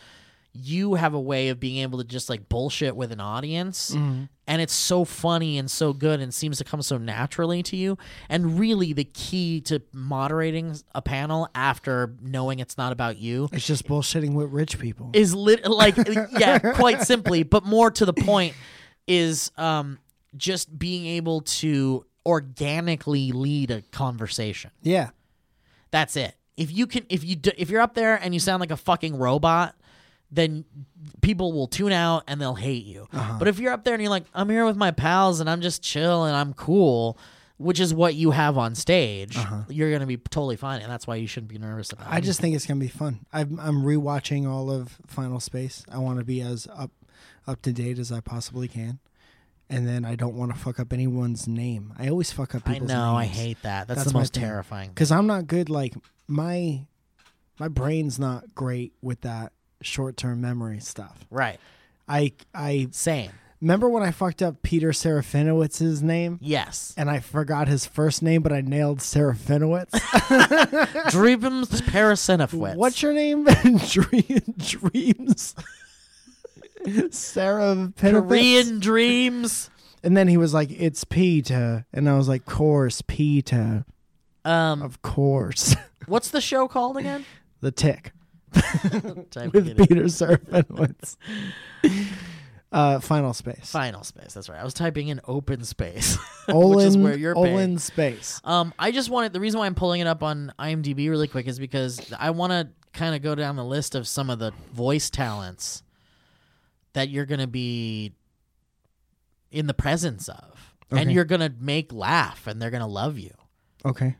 you have a way of being able to just like bullshit with an audience and it's so funny and so good and seems to come so naturally to you and really the key to moderating a panel after knowing it's not about you It's just bullshitting with rich people. is lit like yeah quite simply but more to the point is um just being able to organically lead a conversation yeah. that's it. If you can, if you do, if you're up there and you sound like a fucking robot, then people will tune out and they'll hate you. Uh-huh. But if you're up there and you're like, I'm here with my pals and I'm just chill and I'm cool, which is what you have on stage, you're gonna be totally fine, and that's why you shouldn't be nervous about it. Uh-huh. I just think it's gonna be fun. I'm I'm rewatching all of Final Space. I want to be as up up to date as I possibly can, and then I don't want to fuck up anyone's name. I always fuck up I people's know, I names. hate that. That's, That's the my most thing. terrifying. because I'm not good. Like my my brain's not great with that short term memory stuff. Right. I I Same. remember when I fucked up Peter Serafinowicz's name. *laughs* Yes. And I forgot his first name, but I nailed Serafinowicz. Dreams Parasinifwitz. What's your name? *laughs* Dream, dreams. Sarah Pinowitz. Korean dreams? And then he was like, "It's Peter," and I was like, "Course, Peter, Um, of course." *laughs* what's the show called again? the tick Type it *laughs* with in. Peter *laughs* Serafinowicz. uh, final space. Final space. That's right. I was typing in open space, *laughs* Olin, which is where you're Olin paying. space. Um, I just wanted the reason why I'm pulling it up on IMDb really quick is because I want to kind of go down the list of some of the voice talents that you're going to be in the presence of, and Okay. you're going to make laugh, and they're going to love you. Okay.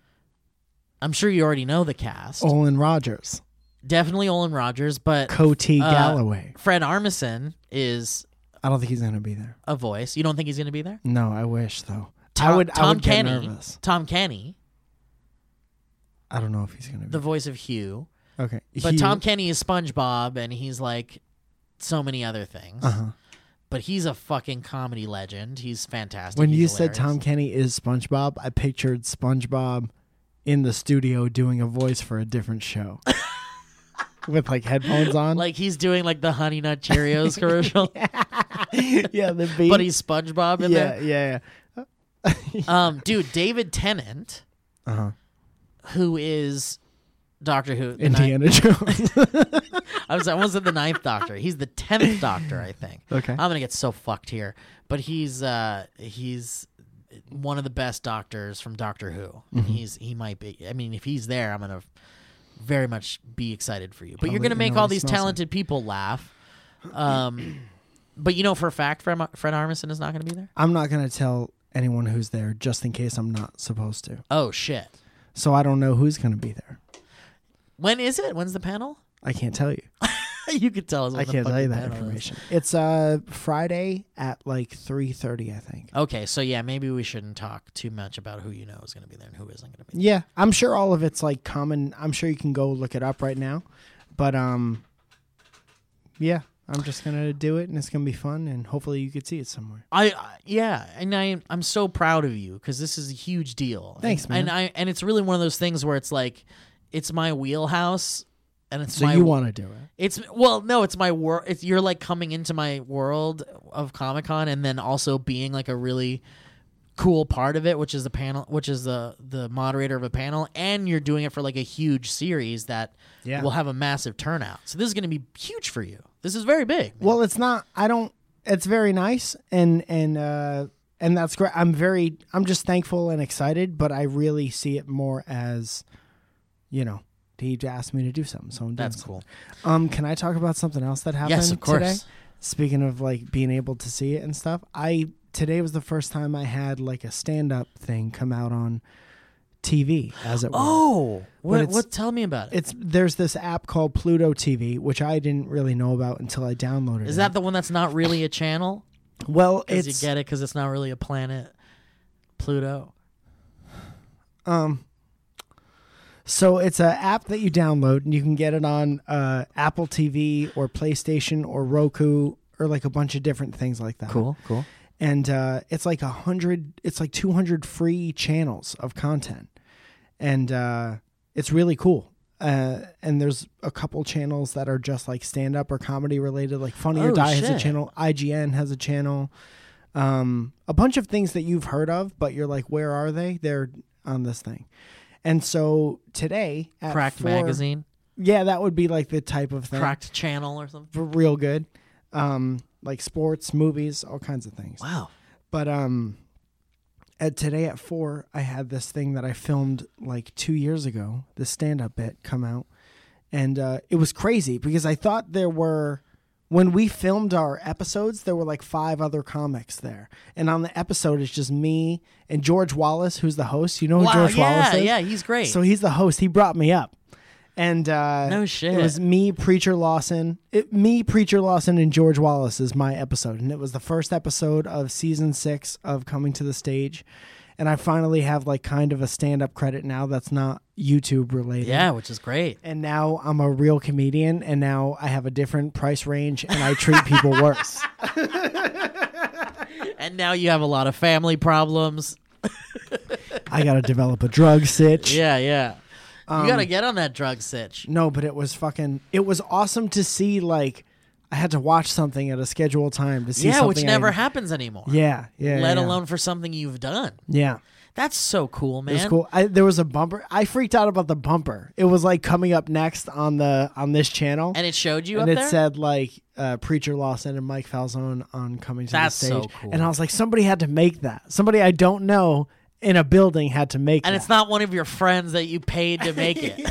I'm sure you already know the cast. Olin Rogers, Definitely Olin Rogers, but Coty Uh, Galloway. Fred Armisen is I don't think he's gonna be there. a voice. You don't think he's going to be there? No, I wish though. Tom, I would. Tom I would Kenny. get nervous. Tom Kenny, I don't know if he's gonna be. the voice of Hugh. okay. But He- Tom Kenny is SpongeBob, and he's like so many other things. Uh-huh. But he's a fucking comedy legend. He's fantastic. When He's you said hilarious. Tom Kenny is SpongeBob, I pictured SpongeBob in the studio doing a voice for a different show *laughs* with like headphones on. like he's doing like the Honey Nut Cheerios commercial, *laughs* yeah, the beat. but he's SpongeBob in yeah, yeah, there. Um, dude, David Tennant, yeah. Uh-huh. who who is Doctor Who, the ninth- Indiana Jones. *laughs* I was I wasn't the ninth Doctor. He's the tenth Doctor, I think. okay. I'm gonna get so fucked here, but he's uh he's one of the best doctors from Doctor Who. And Mm-hmm. He's he might be. I mean, if he's there, I'm gonna very much be excited for you. But I'll you're let gonna you make know all when he these smells it. talented people laugh. Um, but you know for a fact, Fred, Fred Armisen is not gonna be there. I'm not going to tell anyone who's there just in case I'm not supposed to. Oh shit! So I don't know who's going to be there. When is it? When's the panel? *laughs* I can't tell you. you could tell us. When I the can't tell fucking you that panel is. information. It's uh Friday at like 3:30, I think. Okay, so yeah, maybe we shouldn't talk too much about who you know is gonna be there and who isn't gonna be. there. Yeah, I'm sure all of it's like common. I'm sure you can go look it up right now. But um yeah, I'm just going to do it and it's going to be fun and hopefully you could see it somewhere. I, I yeah, and I I'm so proud of you because this is a huge deal. Thanks, and, man. And I and it's really one of those things where it's like, it's my wheelhouse, and it's So my you want to do it. it's well no it's my world. It's you're like coming into my world of Comic Con and then also being like a really cool part of it, which is the panel, which is the the moderator of a panel, and you're doing it for like a huge series that Yeah. will have a massive turnout. So this is going to be huge for you. This is very big. man. Well, it's not I don't it's very nice and and uh and that's great. I'm very I'm just thankful and excited, but I really see it more as you know, he asked me to do something, so I'm doing that's something. cool. Um, can I talk about something else that happened Yes, of course. today? Speaking of like being able to see it and stuff, I today was the first time I had like a stand up thing come out on TV, as it were. Oh, what? it's- What? Tell me about it. It's there's this app called Pluto TV, which I didn't really know about until I downloaded Is it. that the one that's not really a channel? Well, Because you it's get it because it's not really a planet, Pluto. um so it's an app that you download and you can get it on uh, Apple TV or PlayStation or Roku or like a bunch of different things like that. cool. and uh, it's like a hundred it's like 200 free channels of content and uh, it's really cool uh, and there's a couple channels that are just like stand up or comedy related like funny or Oh, die has a shit. channel ign has a channel um, a bunch of things that you've heard of but you're like where are they they're on this thing and so today at Cracked four- magazine, yeah that would be like the type of thing cracked channel or something. for real good um, like sports movies all kinds of things Wow. but um, at today at four, I had this thing that I filmed like two years ago, the stand-up bit come out, and uh, it was crazy because I thought there were when we filmed our episodes, there were like five other comics there, and on the episode it's just me and George Wallace, who's the host. You know who Wow. George Wallace yeah, is? yeah, he's great. So he's the host. He brought me up. And uh, No shit. It was me, Preacher Lawson, it, me, Preacher Lawson, and George Wallace is my episode, and it was the first episode of season six of Coming to the Stage, and I finally have like kind of a stand-up credit now that's not YouTube related. yeah, which is great. And now I'm a real comedian, and now I have a different price range, and I treat *laughs* people worse. And now you have a lot of family problems. I gotta develop a drug sitch. Yeah, yeah. you Um, gotta get on that drug sitch. No, but it was fucking. It was awesome to see. Like, I had to watch something at a scheduled time to see. Yeah, which something never I, happens anymore. Yeah, yeah. Let yeah. alone for something you've done. Yeah, That's so cool, man. it was cool. I, there was a bumper. I freaked out about the bumper. It was like coming up next on the on this channel, And it showed you and up it there. said like uh, Preacher Lawson and Mike Falzone on coming to That's the stage. so cool. And I was like, somebody had to make that. Somebody I don't know in a building had to make. and that. it's not one of your friends that you paid to make it. *laughs*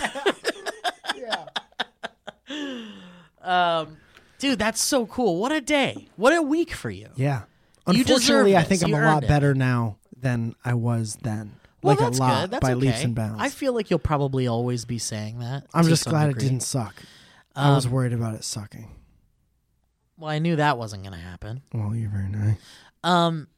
Um, dude, that's so cool. What a day. What a week for you. Yeah. You deserve Unfortunately, I this. think You I'm a lot earned it. better now than I was then. Well, like that's a lot good. That's by okay. leaps and bounds. I feel like you'll probably always be saying that. I'm to just some glad degree. Um, it didn't suck. I was worried about it sucking. Well, I knew that wasn't going to happen. Well, you're very nice. Um,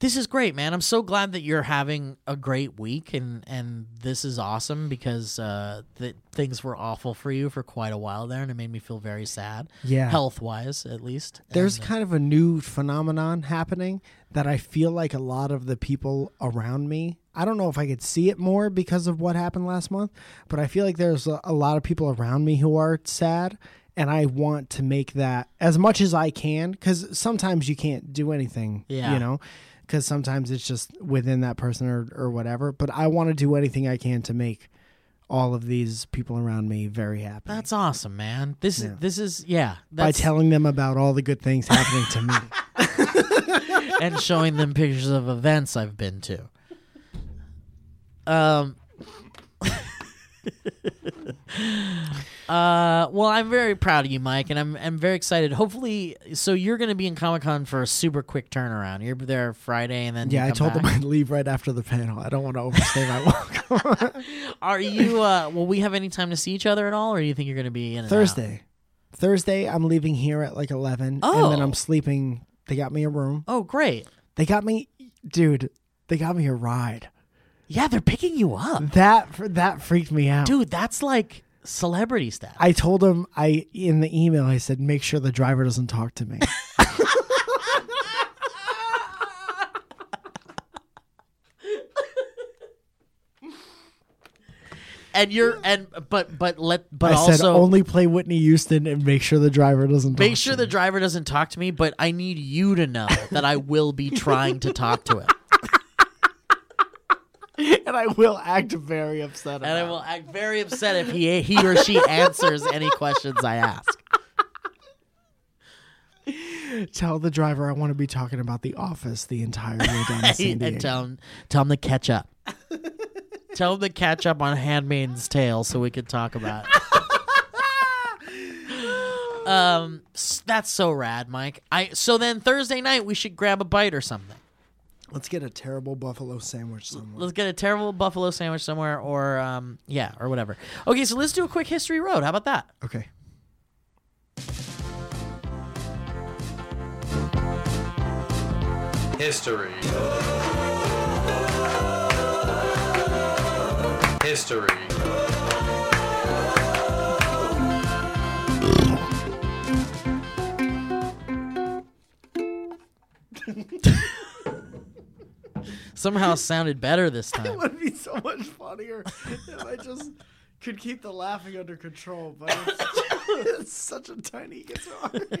this is great, man. I'm so glad that you're having a great week, and and this is awesome because uh, that things were awful for you for quite a while there, and it made me feel very sad. Yeah. health wise, at least. There's And, uh, kind of a new phenomenon happening that I feel like a lot of the people around me. I don't know if I could see it more because of what happened last month, but I feel like there's a, a lot of people around me who are sad. And I want to make that as much as I can because sometimes you can't do anything, Yeah. you know, because sometimes it's just within that person or, or whatever. But I want to do anything I can to make all of these people around me very happy that's awesome, man. This is this is yeah. by That's, telling them about all the good things happening to me. *laughs* and showing them pictures of events I've been to. Um. *laughs* uh, well, I'm very proud of you, Mike, and I'm I'm very excited. Hopefully, so you're going to be in Comic Con for a super quick turnaround. You're there Friday, and then you Yeah, I come told back. them I'd leave right after the panel. I don't want to overstay my *laughs* *laughs* welcome. Are you? Uh, will we have any time to see each other at all, or do you think you're going to be in and out? Thursday. Thursday, I'm leaving here at like 11. And then Oh. I'm sleeping. They got me a room. Oh, great! They got me, dude, they got me a ride. Yeah, they're picking you up, That that freaked me out. dude. That's like celebrity status. I told them I in the email I said make sure the driver doesn't *laughs* talk to me. and you're and but but let but I also said only play Whitney Houston and make sure the driver doesn't talk make sure to the driver doesn't talk to me but i need you to know that i will *laughs* be trying to talk to him me. *laughs* and I will act very upset about and i it. will act very upset if he he or *laughs* she answers any questions i ask Tell the driver I want to be talking about the office the entire way *laughs* down to San Diego. and tell him tell him to catch up tell him to catch up on handmaid's tale so we can talk about *laughs* it um s- that's so rad mike i so then thursday night we should grab a bite or something Let's get a terrible buffalo sandwich somewhere. Let's get a terrible buffalo sandwich somewhere, or um, yeah, or whatever. Okay, so let's do a quick history road. How about that? *laughs* Okay. History. History. Somehow sounded better this It time. would be so much funnier if I just could keep the laughing under control, but it's, *laughs* it's such *laughs* a tiny guitar. *laughs*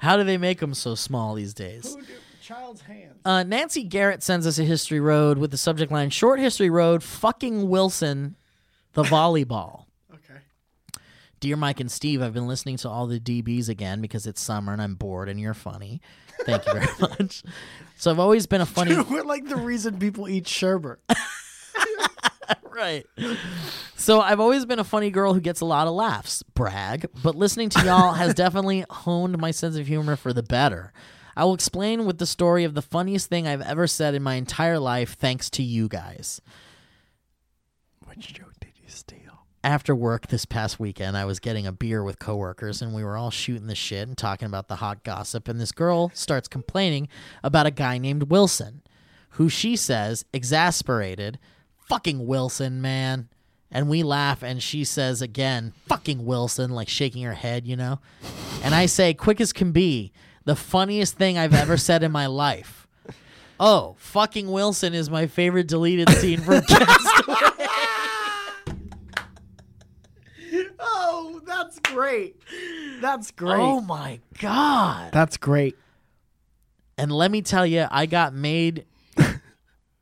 How do they make them so small these days? Who do- Child's hands. Uh, Nancy Garrett sends us a history road with the subject line Short History Road, fucking Wilson, the volleyball. Okay. Dear Mike and Steve, I've been listening to all the DBs again because it's summer and I'm bored and you're funny. Thank you very *laughs* much. So I've always been a *laughs* funny We're like the reason people eat sherbet. right. So I've always been a funny girl who gets a lot of laughs, brag, but listening to y'all has definitely honed my sense of humor for the better. I will explain with the story of the funniest thing I've ever said in my entire life thanks to you guys. Which joke did you steal? after work this past weekend, I was getting a beer with coworkers and we were all shooting the shit and talking about the hot gossip. And this girl starts complaining about a guy named Wilson, who she says, exasperated, fucking Wilson, man. And we laugh and she says again, fucking Wilson, like shaking her head, you know? And I say, quick as can be, the funniest thing I've ever said in my life. Oh, fucking Wilson is my favorite deleted scene *laughs* from Castaway. Oh, that's great. That's great. Oh my God. That's great. And let me tell you, I got made.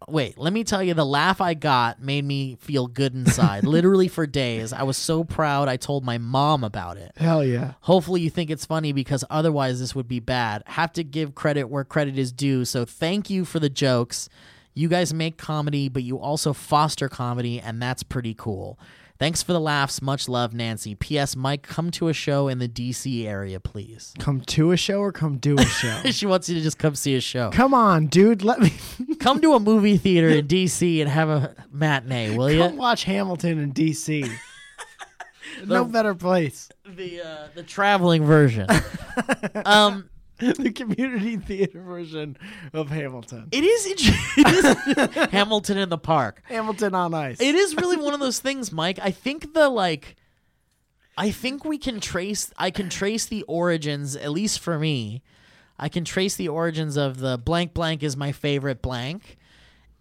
Wait, let me tell you, the laugh I got made me feel good inside, literally for days. I was so proud I told my mom about it. Hell yeah. Hopefully, you think it's funny because otherwise, this would be bad. Have to give credit where credit is due. So, thank you for the jokes. You guys make comedy, but you also foster comedy, and that's pretty cool. Thanks for the laughs. Much love, Nancy. P.S. Mike, come to a show in the D.C. area, please. *laughs* Come to a show or come do *laughs* a show. she wants you to just come see a show. come on, dude. Let me come to a movie theater in DC and have a matinee, will come you? watch Hamilton *laughs* in DC. no better place. The uh, the traveling version. um, the community theater version of Hamilton. *laughs* it is, int- it *laughs* is Hamilton in the Park. Hamilton on ice. It is really one of those things, Mike. I think the like, I think we can trace. I can trace the origins, at least for me. I can trace the origins of the blank blank is my favorite blank,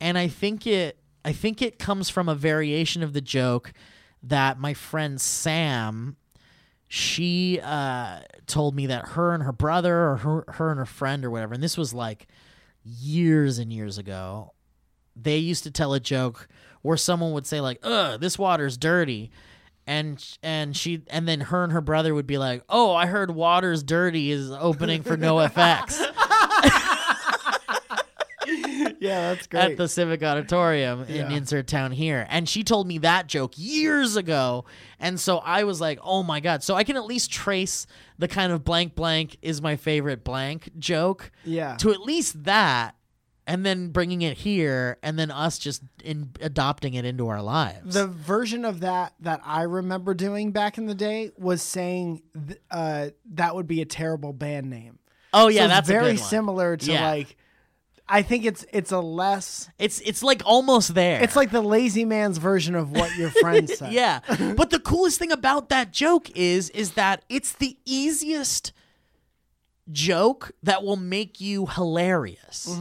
and I think it. I think it comes from a variation of the joke that my friend Sam she uh, told me that her and her brother or her, her and her friend or whatever and this was like years and years ago they used to tell a joke where someone would say like ugh this water's dirty and and she and then her and her brother would be like oh i heard water's dirty is opening for *laughs* no effects yeah, that's great. at the Civic Auditorium in Yeah. Insert Town here. And she told me that joke years ago. And so I was like, oh my God. So I can at least trace the kind of blank blank is my favorite blank joke yeah. to at least that. And then bringing it here, and then us just in adopting it into our lives. the version of that that I remember doing back in the day was saying th- uh, that would be a terrible band name. oh yeah, So it's that's very a good one. similar to Yeah. like. I think it's it's a less. It's it's like almost there. It's like the lazy man's version of what your friend said. *laughs* Yeah. But the coolest thing about that joke is is that it's the easiest joke that will make you hilarious.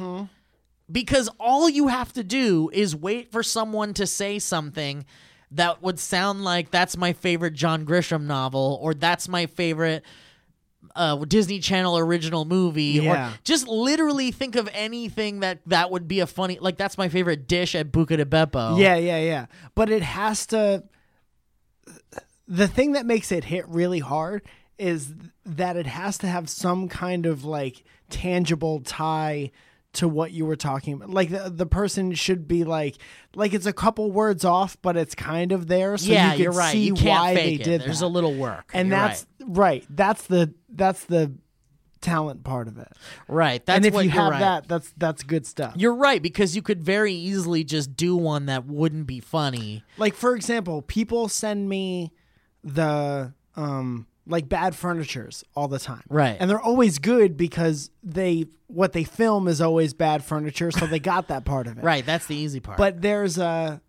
Because all you have to do is wait for someone to say something that would sound like that's my favorite John Grisham novel or that's my favorite uh, Disney Channel original movie Yeah. or just literally think of anything that that would be a funny like that's my favorite dish at Buca de Beppo. Yeah, yeah, yeah. But it has to. The thing that makes it hit really hard is that it has to have some kind of like tangible tie to what you were talking about. Like the, the person should be like, like it's a couple words off, but it's kind of there. So yeah, you can are right. see you can't why fake they it. did There's that. a little work, and You're that's right. That's the that's the talent part of it. right. right. That's and if what you you're have right. that, that's that's good stuff. you're right because you could very easily just do one that wouldn't be funny. Like for example, people send me the um like bad furnitures all the time. Right. And they're always good because they what they film is always bad furniture, so they got that part of it. Right, that's the easy part. But there's a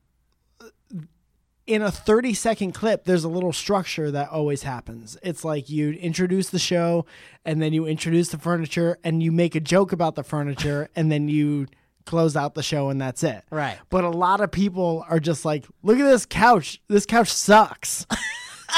in a 30 second clip, there's a little structure that always happens. It's like you introduce the show and then you introduce the furniture and you make a joke about *laughs* the furniture and then you close out the show and that's it. Right. But a lot of people are just like, look at this couch. This couch sucks.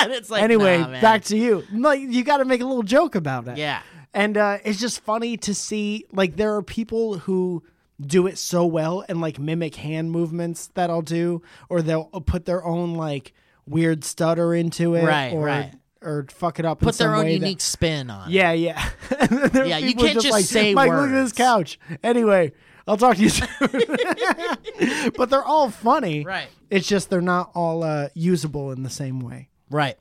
and *laughs* it's like anyway, nah, man. back to you. Like you got to make a little joke about it. Yeah. And uh, it's just funny to see like there are people who do it so well and like mimic hand movements that I'll do, or they'll uh, put their own like weird stutter into it, Right, Or, right. or fuck it up. in put some their own way that- unique spin on. it. *laughs* yeah, yeah. *laughs* And then there are Yeah, you people can't just like, say Mike, look at words." this couch. Anyway, I'll talk to *laughs* you soon. *laughs* but they're all funny. Right. It's just they're not all uh, usable in the same way. Right.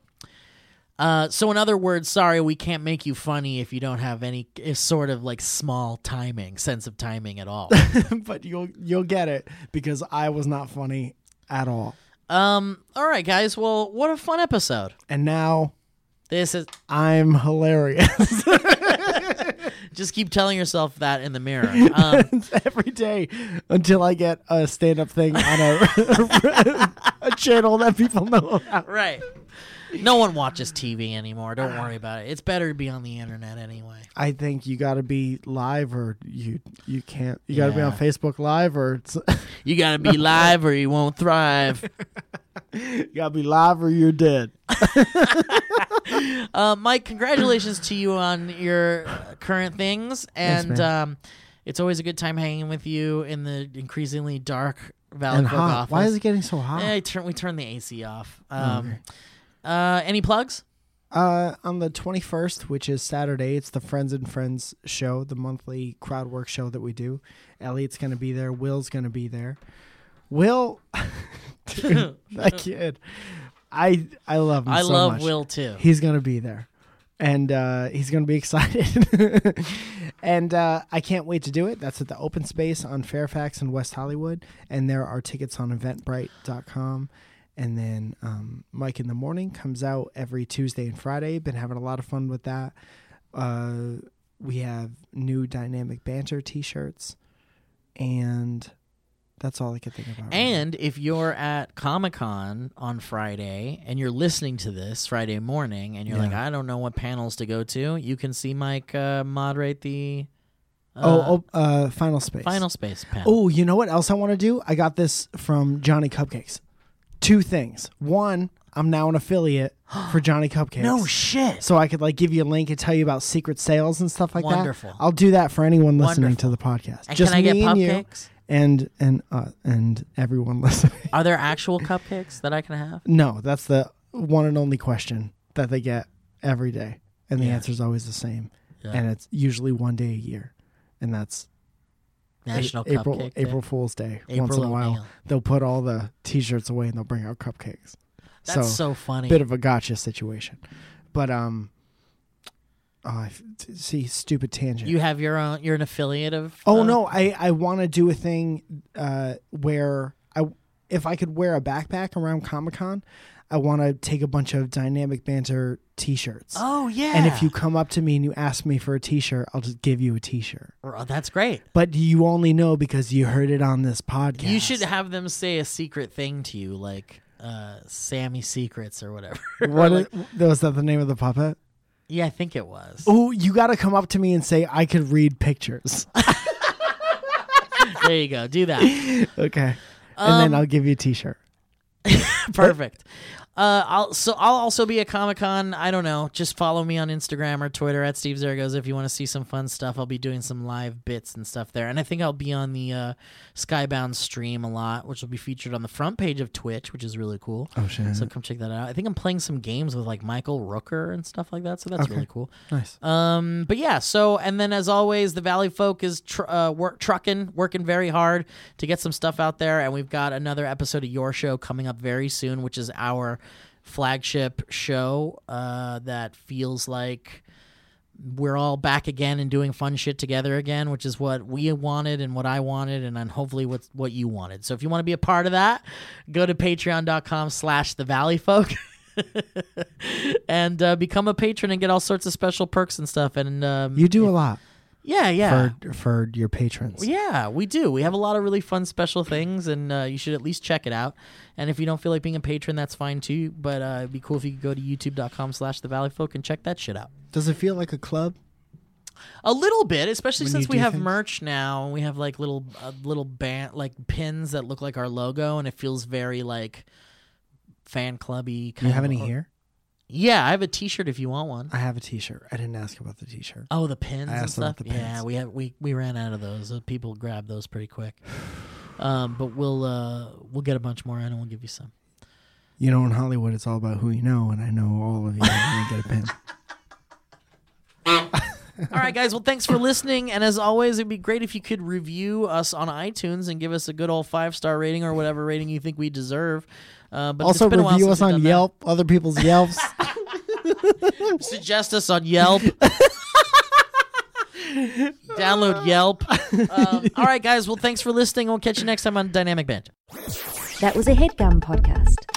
Uh, so in other words, sorry, we can't make you funny if you don't have any eh, sort of like small timing, sense of timing at *laughs* all. but you'll you'll get it because I was not funny at all. um, all right, guys. Well, what a fun episode. And now This is I'm hilarious. just keep telling yourself that in the mirror. *laughs* Um, Every day until I get a stand up thing on a, *laughs* a channel that people know about. right. No one watches TV anymore. Don't worry about it. It's better to be on the internet anyway. I think you got to be live or you you can't. You got to be Yeah. on Facebook Live or *laughs* it's, You gotta be live or you won't thrive. you got to be live or you're dead. *laughs* Uh, Mike, congratulations to you on your uh, current things, and um, it's always a good time hanging with you in the increasingly dark Valley And Brook hot. office. Why is it getting so hot? Eh, I turn, we turned the AC off. Um, uh, any plugs? Uh, on the 21st, which is Saturday, it's the Friends and Friends show, the monthly crowd work show that we do. Elliot's going to be there. Will's going to be there. Will, *laughs* *laughs* dude, that kid, I I love him. I so love much. Will too. He's going to be there, and uh, he's going to be *laughs* excited. and uh, I can't wait to do it. That's at the Open Space on Fairfax and West Hollywood, and there are tickets on Eventbrite.com. And then um, Mike in the Morning comes out every Tuesday and Friday. Been having a lot of fun with that. Uh, we have new dynamic banter T-shirts, and that's all I could think about. right now. And if you're at Comic Con on Friday and you're listening to this Friday morning and you're Yeah. like, I don't know what panels to go to, you can see Mike uh, moderate the uh, oh, oh, uh, Final Space. Final Space panel. Oh, you know what else I want to do? I got this from Johnny Cupcakes. Two things. One, I'm now an affiliate *gasps* for Johnny Cupcakes. no shit. so I could like give you a link and tell you about secret sales and stuff like that. Wonderful. I'll do that for anyone listening to the podcast. And Just can I get me and you cupcakes? and and uh, and everyone *laughs* listening. Are there actual cupcakes that I can have? No, that's the one and only question that they get every day, and the answer is always the same, Yeah. and it's usually one day a year, and that's A- National April Cupcake Day? April Fool's Day. once April in a while, O'Neil. they'll put all the T-shirts away and they'll bring out cupcakes. That's so, so, funny. bit of a gotcha situation, but um, oh, I f- t- see, stupid tangent. you have your own. You're an affiliate of. oh uh, no, I I want to do a thing uh where I if I could wear a backpack around Comic Con, I want to take a bunch of dynamic banter T-shirts. Oh yeah. And if you come up to me and you ask me for a T-shirt, I'll just give you a T-shirt. Oh, that's great. But you only know because you heard it on this podcast. You should have them say a secret thing to you, like uh, Sammy Secrets or whatever. *laughs* Or What like- i- was that the name of the puppet? yeah, I think it was. Oh, you got to come up to me and say I could read pictures. *laughs* There you go. Do *laughs* that. okay. and Um, then I'll give you a t-shirt. Perfect. Uh, I'll so I'll also be at Comic Con. I don't know. Just follow me on Instagram or Twitter at Steve Zergos if you want to see some fun stuff. I'll be doing some live bits and stuff there, and I think I'll be on the uh, Skybound stream a lot, which will be featured on the front page of Twitch, which is really cool. Oh shit. So come check that out. I think I'm playing some games with like Michael Rooker and stuff like that. So that's really cool. nice. Um, but yeah, so and then as always, the Valley Folk is tr- uh, work trucking, working very hard to get some stuff out there, and we've got another episode of your show coming up very soon, which is our flagship show uh, that feels like we're all back again and doing fun shit together again, which is what we wanted and what I wanted, and then hopefully what what you wanted. So if you want to be a part of that, go to patreon.com slash the valley folk. *laughs* and uh, become a patron and get all sorts of special perks and stuff. And um, You do a lot yeah, yeah. for for your patrons. Yeah, we do. We have a lot of really fun special things, and uh, you should at least check it out. And if you don't feel like being a patron, that's fine too. But uh, it'd be cool if you could go to youtube.com slash the valley folk and check that shit out. Does it feel like a club? A little bit, especially When since you we do have things? merch now, and we have like little uh, little band like pins that look like our logo, and it feels very like fan clubby. Do Kind you have of- any here? Yeah, I have a T-shirt if you want one. I have a T-shirt. I didn't ask about the T-shirt. Oh, the pins I and asked about stuff. the Yeah, pins. we have we we ran out of those. Uh, People grab those pretty *sighs* quick. Um, but we'll uh, we'll get a bunch more in and we'll give you some. You know, in Hollywood, it's all about who you know, and I know all of you. and you get *laughs* a pin. All right, guys. Well, thanks for listening. And as always, it'd be great if you could review us on iTunes and give us a good old five star rating or whatever rating you think we deserve. Uh, but Also, it's been a while review since us we've on done that. Yelp, other *laughs* people's Yelps. Suggest us on *laughs* Yelp. Download *laughs* Yelp. Um, all right, guys. Well, thanks for listening. We'll catch you next time on Dynamic Band. That was a headgum podcast.